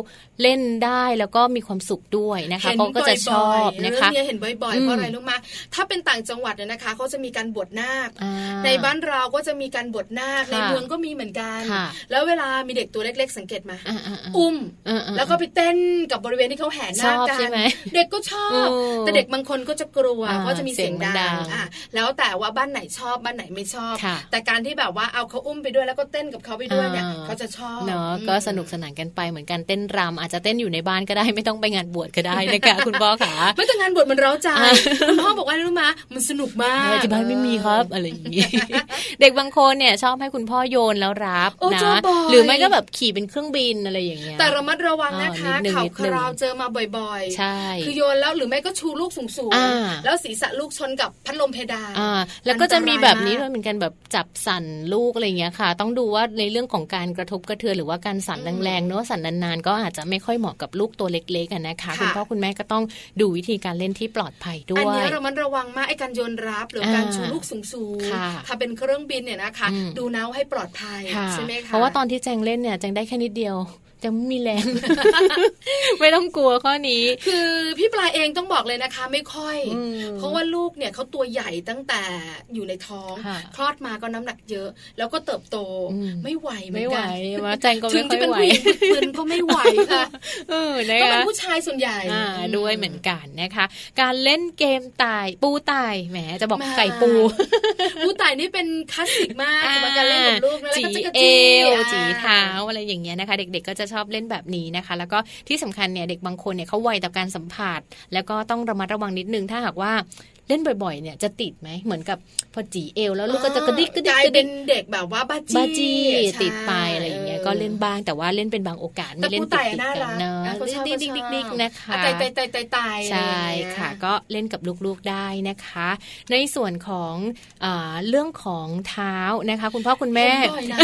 เล่นได้แล้วก็มีความสุขด้วยนะคะ
เห็น
เขาก็จะชอบ
บ่ยๆ
นะ
เรื่
คะ
องเนี้ยเห็นบ่อย
อืม
ๆเพราะอะไรรู้ไหมถ้าเป็นต่างจังหวัดเนี่ยนะคะเขาจะมีการบวชนาค ค
อ่า
ในบ้านเราก็จะมีการบวชนาคใน
ค่ะ
เมืองก็มีเหมือนกัน
ค่ะ
แล้วเวลามีเด็กตัวเล็ก ๆ สังเกตไหม
อ่าอ่าอ่า
อุ้ม
เออเออ
แล้วก็ไปเต้นกับบริเวณที่เขาแห่นาค
ชอบ
กั
ใช่ไหม
เด็กก็ชอบ
โอ้
แต่เด็กบางคนก็จะกลัว
อ่า
เพราะจะมีเสีย
เสี
ง
ยงมันดั
ดัง
ง
อ่ะแล้วแต่ว่าบ้านไหนชอบบ้านไหนไม่ชอบ
ค่ะ
แต่การที่แบบว่าเอาเขาอุ้มไปด้วยแล้วก็เต้นกับเขาไปด้วยเนี่ย
อ่า
เขาจะชอบ
เนาะ
อืม
ก็สนุกสนานกันไปเหมือนกันเต้นรำอาจจะเต้นอยู่ในบ้านก็ได้ไม่ต้องไปงานบวชก็ได้นะคะ คุณพ่อขา
ไม่ *laughs* แต่งานบวชมันเร้าใจ
อ่ะ
คุณพ่อบอกว่าอะไรรู้มามันสนุกมาก
ที่บ้านไม่มีครับอะไรอย่างงี้ *laughs* เด็กบางคนเนี่ยชอบให้คุณพ่อโยนแล้วรับ
โอ้
นะ
เจ้าบอย
หรือไม่ก็แบบขี่เป็นเครื่องบินอะไรอย่างเงี้ย
แต่ระมัดระวังนะคะ
อ่านิดนึง
ข่าว
นิด
ค
นึง
ราวเจอมาบ่อย
ใช่
คือโยนแล้วหรือไม่ก็ชูลูกสูง
อ่า
ๆแล้วศีรษะลูกชนกับพัดลมเพดาน
อ่าแล้วก็จะมีแบบนี้ด้
อันต
วย
รายมาก
เหมือนกันแบบจับสั่นลูกอะไรอย่างเงี้ยค่ะ ต้องดูว่าในเรื่องของการกระทบกระเทือนหรือว่าการสั่นแรงๆเนอะสั่นนานๆ ก็อาจจะไม่ค่อยเหมาะกับลูกตัวเล็กๆกันนะคะคุณพ่อคุณแม่ก็ต้องดูวิธีการเล่นที่ปลอดภัยด้
อัน
วย
เนี้ยระมัดระวังมากไอ้การโยนรับหรือการ
อ่า
ชูลูกสูง
ค่ะ
ๆถ้าเป็นเครื่องบินเนี่ยนะคะ
อืม
ดูนะว่าให้ปลอดภัย
ค่ะ
ใช่ไหมคะ
เพราะว่าตอนที่แจงเล่นเนี่ยแจงได้แค่นิดเดียวแจงไม่มีแรง *laughs* ไม่ต้องกลัวข้อนี้
คือพี่ปลาเองต้องบอกเลยนะคะ ไม่ค่อย
อืม
เพราะว่าลูกเนี่ยเขาตัวใหญ่ตั้งแต่อยู่ในท้อง
ค่ะ
คลอดมาก็น้ำหนักเยอะ แล้วก็เติบโตไม่ไหวเหมือ
ไม่
น
ไหว
กัน *laughs*
ว่าแจงก็
ถึ
ไม่
ง
ค่อ
จะ
ย
เป็น
ไหว
ผู้หญิงปืนเพราะไม่ไหวค่ะ
เออนะ
ก็เป็น
คะ
ผู้ชายส่วนใหญ่
อ่า
อืม
ด้วยเหมือนกันนะคะ การเล่นเกมตายปูตายแหมจะบอก
แหม
ไก่ปู
*laughs* ผู้ตายนี่เป็นคลาสสิกมากสำหรับการเล่นกับลูกนะ
จี
แล้วก็จะกระ
เอ
จี้
ว
อ่ะ
จีเท้าอะไรอย่างเงี้ยนะคะ เด็กๆก็จะชอบเล่นแบบนี้นะคะ แล้วก็ที่สำคัญเนี่ยเด็กบางคนเนี่ยเขาไวต่อการสัมผัส แล้วก็ต้องระมัดระวังนิดนึงถ้าหากว่าเล่นบ่อยๆเนี่ยจะติดไหมเหมือนกับพอจีเอวแล้วลูกก็จะกระดิกกระดิก
ลาย
กระ
เป็
ดิ
น
ก
เด็กแบบว่าบ้าจี้
บาจี้
ใช่
ติดไปอะไรอย่างเงี้ยก็เล่นบ้างแต่ว่าเล่นเป็นบางโอกาสไม่
แต่
เล่น
ผู้
ติ
ตา
ด
ย
ติด
น่า
กั
รั
น
ก
เนาะ
อ่ะเขาชอบ
ดิ๊กดิ๊กดิ๊กดิ๊กนะคะ
อ่ตายตายตายตายตาย
ใช่ค่ะ ก็เล่นกับลูกๆได้นะคะ ในส่วนของเออเรื่องของเท้านะคะ คุณพ่อคุณ
แม่
แม่
บ่อยนะ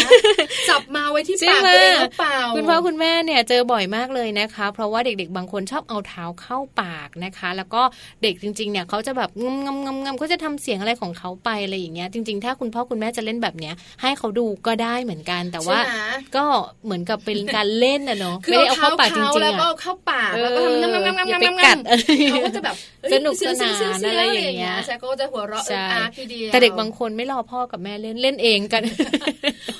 จับมาไว้ที่
จริง
ปาก
ไหม
ตัวเองหรือเปล่า
คุณพ่อคุณแม่เนี่ยเจอบ่อยมากเลยนะคะ เพราะว่าเด็กๆ บางคนชอบเอาเท้าเข้าปากนะคะ แล้วก็เด็กจริงๆเนี่ยเขาจะแบบงำงำงำงำเขาจะทำเสียงอะไรของเขาไปอะไรอย่างเงี้ยจริงๆ ถ้าคุณพ่อคุณแม่จะเล่นแบบเนี้ยให้เขาดูก็ได้เหมือนกัน แต่ว่า
ใช่ไหม
ก็เหมือนกับเป็นการเล่นนะเนาะ
คือ
ไม่ได้
เอา
เอา
เท้า
เข้าปากจ
เขา
ริง
แล้ว
ๆ
ก็
อะ
เอาเข้าปาก
เออ
แล้วก็ทำน้ำ
อ
น้ำน้ำ
ย่า
น้ำ
ไป
น้ำ
กัด
เขาก็จะแบบเอ้ย
สนุก
เยว
สนาน
เสียวเสีย
อะ
ว
ไร
สีว
อย่างเงี้ย
ใช่เขาก็จะหัวเราะเอิ๊กอาร์กทีเดียว
แต่เด็กบางคนไม่รอพ่อกับแม่เล่นเล่นเองกัน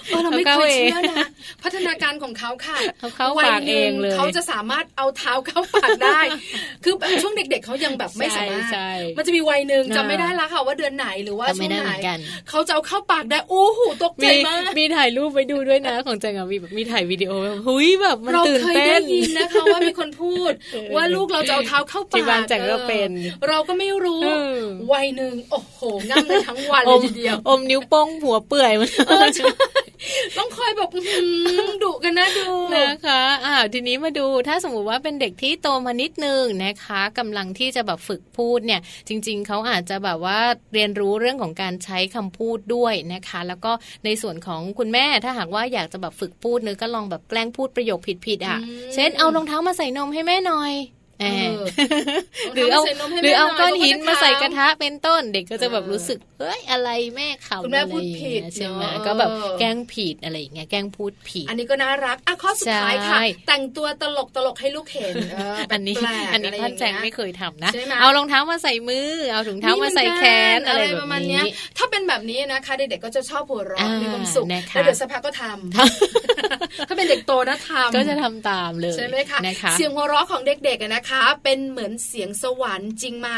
เออเราไม่เคยเชื่อ
เขาเข้าเอง
นะพัฒนาการของเขาค่ะ
เขาเข้า
วัย
ปาก
ห
เอ
นึ่
งเลย
เขาจะสามารถเอาเท้าเข้าปากได้ *laughs* คือแบบช่วงเด็ก ๆเขายังแบบไม่สามารถ
ใช่ใช่
มันจะมีวัยหนึ่ง
อ่า
จำไม่ได้ละค่ะว่าเดือนไหนหรือว่า
จำไม่
ช่วง
ได้
ไห
เห
น
มือนกัน
เขาจะเอาเข้าปากได้โอ้โหตกใจ
มี
มาก
มีถ่ายรูปไปดูด้วยนะ ของแจงอะมีแบบมีถ่ายวิดีโอแบบหุยแบบมัน
เรา
ตื่น
เคย
เต้
ได้
น
ยินนะคะ *laughs* ว่ามีคนพูด
เออ
ว่าลูกเราจะเอาเท้าเข้าปาก
ที่บ้านแจกก็เป็น
ออเราก็ไม่รู้
เออ
วัยหนึ่งโอ้โหงั้มเลยทั้งวัน
อ
เลย
ม
ทีเดียว
อมนิ้วโป้งหัวเปื่อยมัน
เออใช่ต้องคอยแบบอื้อหือดุกันนะดู
นะคะอ่าวทีนี้มาดู ถ้าสมมุติว่าเป็นเด็กที่โตมานิดนึงนะคะกำลังที่จะแบบฝึกพูดเนี่ย จริง ๆ เขาอาจจะแบบว่าเรียนรู้เรื่องของการใช้คำพูดด้วยนะคะ แล้วก็ในส่วนของคุณแม่ถ้าหากว่าอยากจะแบบฝึกพูดเนื้อะก็ลองแบบแกล้งพูดประโยคผิดๆอ่ะ
อืม
เช่นเอารองเท้ามาใส่นมให้แม่หน่อยแห
เอ
ม
อ
หรือเอา
ทำใส่นมให้
หรือเอา
แม่หน่ย
ก้อนหิน
เพ
มา
ระว่จะ
ใส่
ถ
กระทะเป็นต้นเด็กก็จะแบบ
เออ
รู้สึกเฮ้ยอะไรแม่ขำ
คุณแม่พูด
อะไรอย่างเงี้ย
ผิด
ใช่ไหม
เนอะ
ก็แบบแกล้งผิดอะไรอย่างเงี้ยแกล้งพูดผิด
อันนี้ก็น่ารักอ่ะข้อสุดท้ายค่ะ
ใช่
แต่งตัวตลกตลกๆให้ลูกเห็นเออแป
*laughs*
ลกๆ
อันนี้อันนี้
ะรย่
ท่านแจง
เย
ไม่เคยทำนะ
ใช่ไหม
เอารองเท้ามาใส่มือ เอาถุงเท้ามาใส่แขนอะไร
เห
แบ
มื
บ
อนกัน
นี้
อะไรประมาณเยถ้าเป็นแบบนี้นะคะเด็กๆก็จะชอบหัวเราะ
อ่ามี
มีความสุข
นะคะ
แล้วเดี๋ยวสักพักก็ทำถ้าเป็นเด็กโตนะทำ
*laughs* ก็จะทำตามเลย
ใช่ไหมคะ
นะคะ
เสียงหัวเราะของเด็กๆอะนะคะ เป็นเหมือนเสียงสวรรค์จริงไหม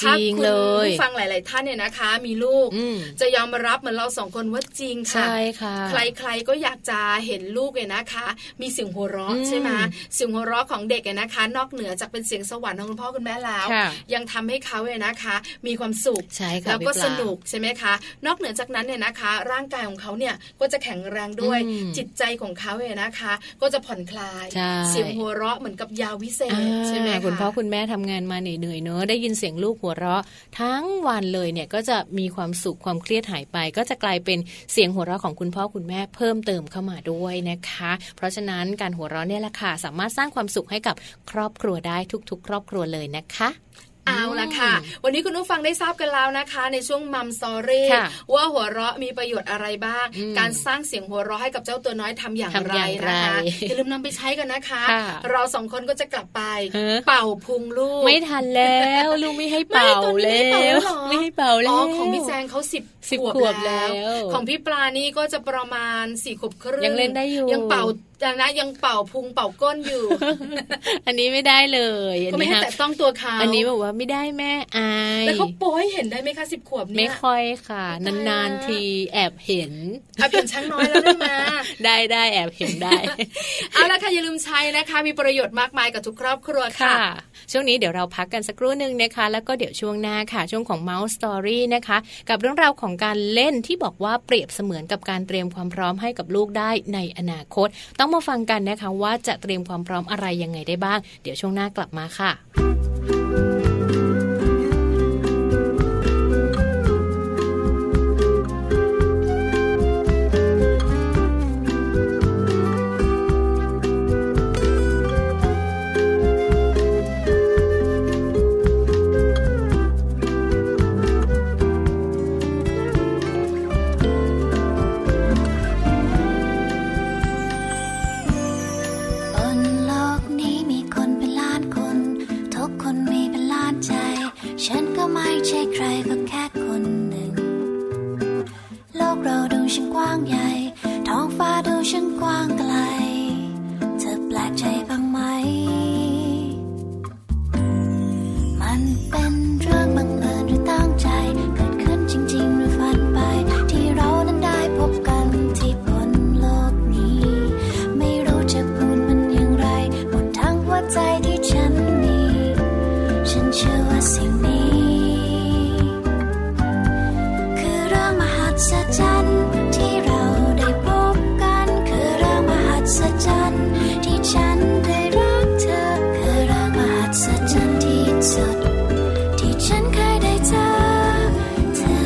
ถ้า
จริง
คุณ
เลย
ผู้ฟังหลาย ๆ ท่านเนี่ยนะคะ มีลูก
อืม
จะยอมรับเหมือนเราสองคนว่าจริงค่ะ
ใช่ค่ะ
ใครๆ ก็อยากจะเห็นลูกเนี่ยนะคะ มีเสียงหัวเราะ
อืม
ใช่ไหมเสียงหัวเราะของเด็กเนี่ยนะคะ นอกเหนือจากเป็นเสียงสวรรค์ของคุณพ่อคุณแม่แล้ว
ค่ะ
ยังทำให้เขาเนี่ยนะคะ มีความสุข
ใช่ค่ะ
แล้วก็
พี่ปลา
สนุกใช่ไหมคะ นอกเหนือจากนั้นเนี่ยนะคะ ร่างกายของเขาเนี่ยก็จะแข็งแรงด้วย
อืม
จิตใจของเขาเนี่ยนะคะ ก็จะผ่อนคลาย
ใช่
เสียงหัวเราะเหมือนกับยาวิเศษใช่ไห
อ่า
มะ
คุณพ่อคุณแม่ทำงานมาเหนื่อยๆเนอะได้ยินเสียงลูกหัวเราะ ทั้งวันเลยเนี่ยก็จะมีความสุขความเครียดหายไป ก็จะกลายเป็นเสียงหัวเราะของคุณพ่อคุณแม่เพิ่มเติมเข้ามาด้วยนะคะ เพราะฉะนั้นการหัวเราะเนี่ยแหละค่ะสามารถสร้างความสุขให้กับครอบครัวได้ทุก ๆ ครอบครัวเลยนะคะ
เอาละค่ะ วันนี้คุณผู้ฟังได้ทราบกันแล้วนะคะ ในช่วงมัมสอรี่
ค่ะ
ว่าหัวเราะมีประโยชน์อะไรบ้าง
อืม
การสร้างเสียงหัวเราะให้กับเจ้าตัวน้อยทำอย่าง
ทำ
ไร
อย่างไร
นะคะอย่าลืมนำไปใช้กันนะคะ
ค่ะ
เราสองคนก็จะกลับไป
ฮะ
เป่าพุงลูก
ไม่ทันแล้วลูกไม่ให้เป่า
ไม่ตอนนี้
แล้ว
ไม่
ไม่
ให้
ให้
เป่า
เป่า
เหร
แล้
อ
ว
อ๋อของพี่แจงเขาสิบ
สิบขวบแล้ว
ของพี่ปลานี่ก็จะประมาณสี่ขวบครึ่ง
ยังเล่นได้อยู่
ยังเป่ายังนะยังเป่าพุงเป่าก้นอยู่
*laughs* อันนี้ไม่ได้เลยอั
ก็
น
ไม่
นี้
ให้
ห้าม
แตะต้องตัวเขา
อันนี้บอกว่าไม่ได้แม่อาย
แล้วเขาโป้ยเห็นได้ไหมคะสิบขวบเนี่
ไม่
ย
ค่อยค่ะ
ไม่ค่อยนะ
นานๆทีแอบเห็น
อ่ะเปลี่ยนช้างน้อยแล้วได้ไหม
ได้ได้แอบเห็นได้
เอาละค่ะอย่าลืมใช้นะคะ มีประโยชน์มากมายกับทุกครอบครัวค่ะ
ค่ะ ช่วงนี้เดี๋ยวเราพักกันสักครู่หนึ่งนะคะ แล้วก็เดี๋ยวช่วงหน้าค่ะ ช่วงของ Mouse Story นะคะ กับเรื่องราวของการเล่นที่บอกว่าเปรียบเสมือนกับการเตรียมความพร้อมให้กับลูกได้ในอนาคต ต้องมาฟังกันนะคะว่าจะเตรียมความพร้อมอะไรยังไงได้บ้าง เดี๋ยวช่วงหน้ากลับมาค่ะ
บนโลกนี้มีคนเป็นล้านคน ทุกคนมีเป็นล้านใจ ฉันก็ไม่ใช่ใครก็แค่คนหนึ่ง โลกเราดูช่างกว้างใหญ่ ท้องฟ้าดูช่างกว้างไกล เธอแปลกใจบ้างไหม มันเป็นเรื่องบังเอิญหรือตั้งใจ เกิดขึ้นจริง ๆ หรือฝันไป ที่เรานั้นได้พบกันที่บนโลกนี้ ไม่รู้จะพูดมันอย่างไรหมดทั้งหัวใจที่ฉันมี ฉันเชื่อว่าสิ่งนี้ คือเรื่องมหัศจรรย์ที่เราได้พบกัน คือเรื่องมหัศจรรย์ที่ฉันได้รักเธอ คือเรื่องมหัศจรรย์ที่สุด ที่ฉันเคยได้เจอเธอ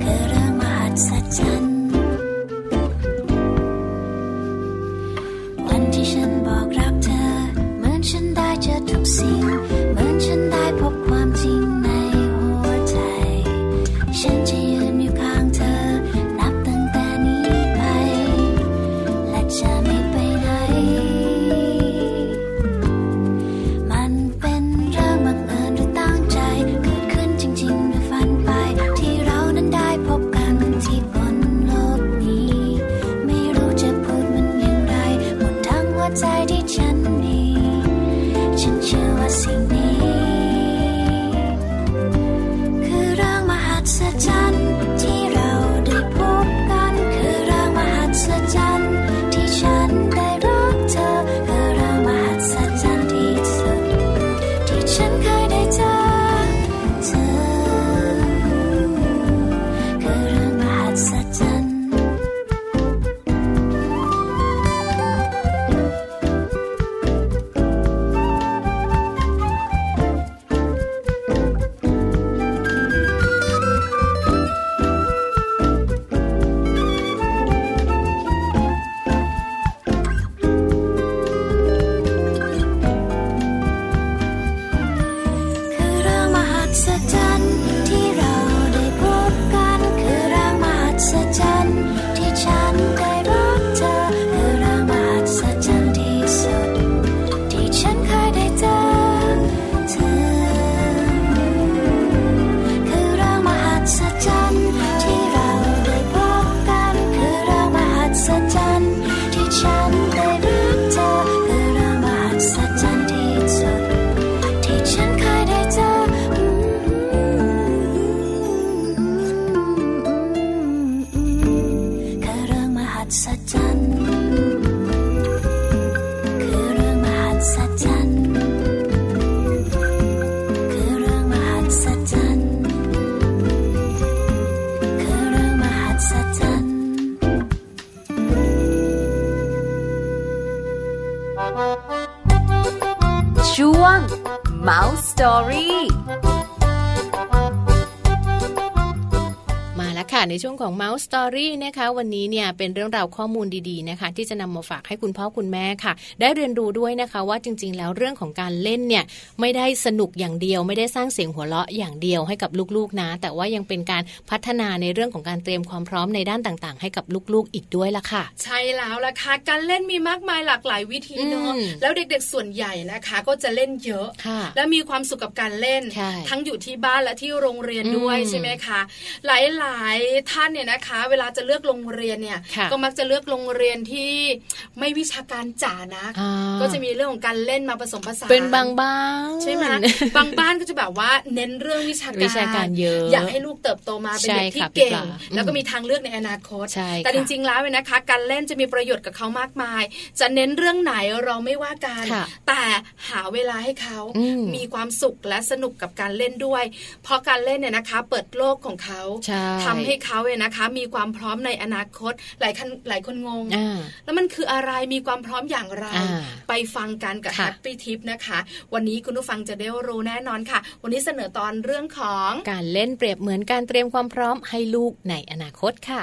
คือเรื่องมหัศจรรย์ วันที่ฉันบอกรักเธอ เหมือนฉันได้เจอทุกสิ่ง เหมือนฉันได้พบความจริงในหัวใจ ฉันจะยืนอยู่ข้างเธอ นับตั้งแต่นี้ไป และจะไม่ไปไหน มันเป็นเรื่องบังเอิญหรือตั้งใจ เกิดขึ้นจริงๆหรือฝันไป ที่เรานั้นได้พบกันที่บนโลกนี้ ไม่รู้จะพูดมันอย่างไร หมดทั้งหัวใจที่ฉันมี ฉันเชื่อว่าสิ่งนี้ คือเรื่องมหัศจรรย์ที่เราได้พบกัน คือเรื่องมหัศจรรย์ที่ฉันได้รักเธอ คือเรื่องมหัศจรรย์ที่สุด ที่ฉันเคยได้เจอเธอ คือเรื่องมหัศจรรย์ คือเรื่องมหัศจรรย์ที่เราได้พบกัน คือเรื่องมหัศจรรย์ที่ฉันได้รักเธอ คือเรื่องมหัศจรรย์ที่สุด ที่ฉันเคยได้เจอเธอ คือเรื่องมหัศจรรย์ที่เราได้พบกัน คือเรื่องมหัศจรรย์ที่ฉันได้รักเธอ คือเรื่องมหัศจรรย์ที่สุด ที่ฉันเคยได้เจออืมคือเรื่องมหัศจรรย์ คือเรื่องมหัศจรรย์ คือเรื่องมหัศจรรย์ คือเรื่องมหัศจรรย์
ช่วง Mouse Story
มาแล้วค่ะ ในช่วงของ Mouse Story นะคะวันนี้เนี่ยเป็นเรื่องราวข้อมูลดีๆนะคะ ที่จะนำมาฝากให้คุณพ่อคุณแม่ค่ะ ได้เรียนรู้ด้วยนะคะว่าจริง ๆ แล้วเรื่องของการเล่นเนี่ยไม่ได้สนุกอย่างเดียว ไม่ได้สร้างเสียงหัวเราะอย่างเดียวให้กับลูกๆนะ แต่ว่ายังเป็นการพัฒนาในเรื่องของการเตรียมความพร้อมในด้านต่างๆ ให้กับลูกๆ อีกด้วยละค่ะ
ใช่แล้วล่ะค่ะการเล่นมีมากมายหลากหลายวิธีเนาะ
อืม
แล้วเด็กๆส่วนใหญ่นะคะ ก็จะเล่นเยอะ
ค่ะ
และมีความสุขกับการเล่น
ใช่
ทั้งอยู่ที่บ้านและที่โรงเรียนด้วย
อืม
ใช่ไหมคะหลายๆท่านเนี่ยนะคะ เวลาจะเลือกโรงเรียนเนี่ย
ค่ะ
ก็มักจะเลือกโรงเรียนที่ไม่วิชาการจ๋านะ
อ่า
ก็จะมีเรื่องของการเล่นมาผสมผสาน
เป็นบางบ้างๆ
ใช่ไหม บางบ้านก็จะแบบว่าเน้นเรื่องวิชาการ
วิชาการเยอะ
อยากให้ลูกเติบโตมาเป็นเด็ก
ใช่
ที่
ค่ะ
เก่
พี่
ง
ปลา
แล้วก็
อืม
มีทางเลือกในอนาคต
ใช่
แต่
ค่ะ
จริงๆแล้วเนี่ยนะคะ การเล่นจะมีประโยชน์กับเขามากมาย จะเน้นเรื่องไหนเราไม่ว่ากัน
ค่ะ
แต่หาเวลาให้เขา
อืม
มี มีความสุขและสนุกกับการเล่นด้วย เพราะการเล่นเนี่ยนะคะ เปิดโลกของเขา
ใช่
ทำให้เขาเนี่ยนะคะ มีความพร้อมในอนาคต หลายคนหลายคนงง
อ่า
แล้วมันคืออะไรมีความพร้อมอย่างไร
อ่า
ไปฟังกันกับ
ค่ะ
Happy Tip นะคะ วันนี้คุณผู้ฟังจะได้รู้แน่นอนค่ะ วันนี้เสนอตอนเรื่องของ
การเล่นเปรียบเหมือนการเตรียมความพร้อมให้ลูกในอนาคตค่ะ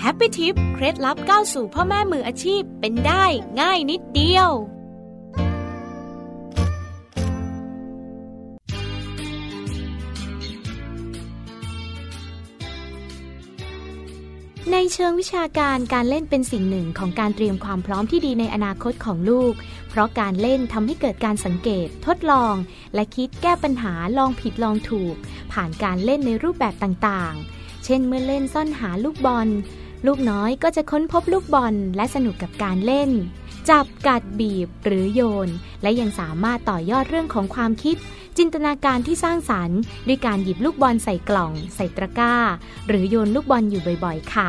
แฮปปี้ทิปเคล็ดลับก้าวสู่พ่อแม่มืออาชีพเป็นได้ง่ายนิดเดียว ในเชิงวิชาการการเล่นเป็นสิ่งหนึ่งของการเตรียมความพร้อมที่ดีในอนาคตของลูก เพราะการเล่นทำให้เกิดการสังเกต ทดลอง และคิดแก้ปัญหาลองผิดลองถูก ผ่านการเล่นในรูปแบบต่างๆ เช่นเมื่อเล่นซ่อนหาลูกบอล ลูกน้อยก็จะค้นพบลูกบอลและสนุกกับการเล่น จับกัดบีบหรือโยน และยังสามารถต่อยอดเรื่องของความคิด จินตนาการที่สร้างสรรค์ ด้วยการหยิบลูกบอลใส่กล่อง ใส่ตะกร้า หรือโยนลูกบอลอยู่บ่อยๆ ค่ะ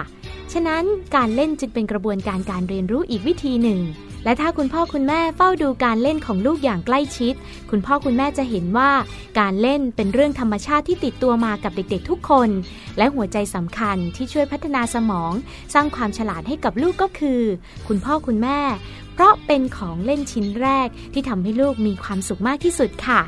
ฉะนั้นการเล่นจึงเป็นกระบวนการการเรียนรู้อีกวิธีหนึ่ง และถ้าคุณพ่อคุณแม่เฝ้าดูการเล่นของลูกอย่างใกล้ชิด คุณพ่อคุณแม่จะเห็นว่า การเล่นเป็นเรื่องธรรมชาติที่ติดตัวมากับเด็กๆ ทุกคน และหัวใจสำคัญที่ช่วยพัฒนาสมอง สร้างความฉลาดให้กับลูกก็คือ คุณพ่อคุณแม่ เพราะเป็นของเล่นชิ้นแรกที่ทำให้ลูกมีความสุขมากที่สุดค่ะ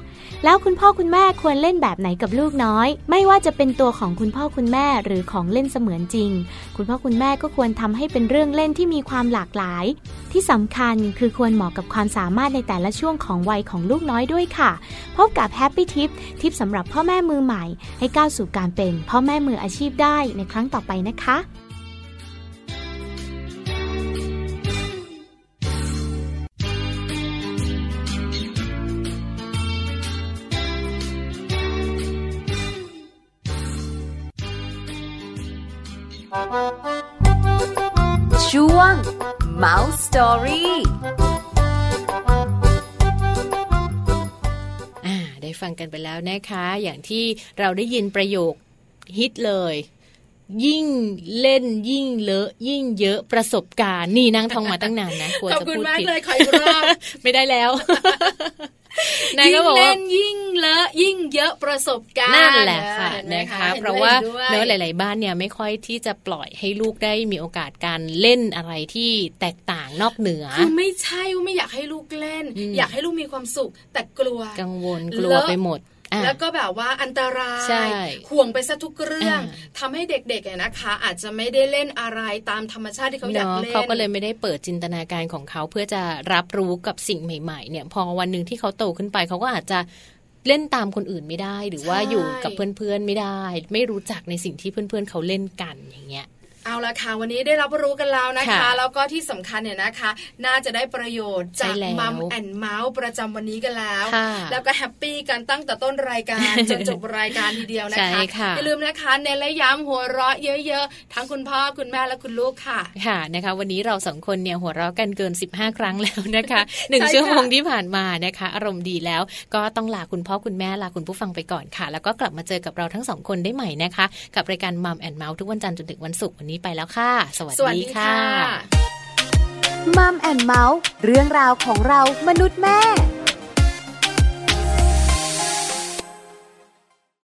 แล้วคุณพ่อคุณแม่ควรเล่นแบบไหนกับลูกน้อย ไม่ว่าจะเป็นตัวของคุณพ่อคุณแม่หรือของเล่นเสมือนจริง คุณพ่อคุณแม่ก็ควรทำให้เป็นเรื่องเล่นที่มีความหลากหลาย ที่สำคัญคือควรเหมาะกับความสามารถในแต่ละช่วงของวัยของลูกน้อยด้วยค่ะ พบกับ Happy t i p ทิปสำหรับพ่อแม่มือใหม่ ให้ก้าวสู่การเป็นพ่อแม่มืออาชีพได้ในครั้งต่อไปนะคะ
ช่วง Mouse Story
อ่าได้ฟังกันไปแล้วนะคะ อย่างที่เราได้ยินประโยคฮิตเลย ยิ่งเล่นยิ่งเลอะ ยิ่งเยอะประสบการณ์ นี่นั่งท่องมาตั้งนาน
*laughs*
นะกลัว
ขอบ
จะ
คุณ
พูด
มาก
ผิด
เลยขออีกรอบ
*laughs* ไม่ได้
*laughs*
แล้ว นาย
ยิ่
ก็
ง
บอก
เล่
ว่า
นยิ่งเลอะยิ่งเยอะประสบการณ์
นั่นแหละค่ะ
เออ
นะคะ
ห็
เพราะว่า
ด้วย
เนอะหลาย ๆ บ้านเนี่ยไม่ค่อยที่จะปล่อยให้ลูกได้มีโอกาสการเล่นอะไรที่แตกต่างนอกเหนือ
คือไม่ใช่ว่าไม่อยากให้ลูกเล่น
อืม
อยากให้ลูกมีความสุขแต่กลัว
กังวลกลัว
เลอะ
ไปหมดอ่ะ
แล้วก็แบบว่าอันตรา
ใช่
ย ห่วงไปซะทุกเรื่อง
อ่
ทำให้เด็กๆเนี่ยนะคะ อาจจะไม่ได้เล่นอะไรตามธรรมชาติที่เขาอยาก
เนาะ
เล่น
เขาก็เลยไม่ได้เปิดจินตนาการของเขาเพื่อจะรับรู้กับสิ่งใหม่ ๆ เนี่ย พอวันหนึ่งที่เขาโตขึ้นไปเขาก็อาจจะเล่นตามคนอื่นไม่ได้ หรือว่า
ใช่
อยู่กับเพื่อนๆไม่ได้ ไม่รู้จักในสิ่งที่เพื่อนๆเขาเล่นกันอย่างเงี้ย
เอาละค่ะวันนี้ได้รับรู้กันแล้วนะคะ
ค่ะ
แล้วก็ที่สำคัญเนี่ยนะคะ น่าจะได้ประโยชน์จาก
ใช่แล้ว
มัมแอนเมาส์ประจำวันนี้กันแล้ว
ค่ะ
แล้วก็แฮปปี้กันตั้งแต่ต้นรายการ
*laughs*
จนจบรายการทีเดียวนะ
ใช่
คะ
ค่ะ
อย่าลืมนะคะเน้นและย้ำหัวเราะเยอะๆ ทั้งคุณพ่อคุณแม่และคุณลูกค่ะ
ค่ะนะคะวันนี้เราสองคนเนี่ยหัวเราะกันเกิน 15 ครั้งแล้วนะคะหนึ่ง
ใช่ค่ะ
ชั่วโมงที่ผ่านมานะคะ อารมณ์ดีแล้วก็ต้องลาคุณพ่อคุณแม่ลาคุณผู้ฟังไปก่อนค่ะ แล้วก็กลับมาเจอกับเราทั้งสองคนได้ใหม่นะคะ กับรายการมัมแอนเมาส์ทุกวันจันทร์จนถึงวันศุกร์วันนี้ไปแล้วค่ะ สวัสดีค่ะ
มัมแอนเมาส์เรื่องราวของเรามนุษย์แม่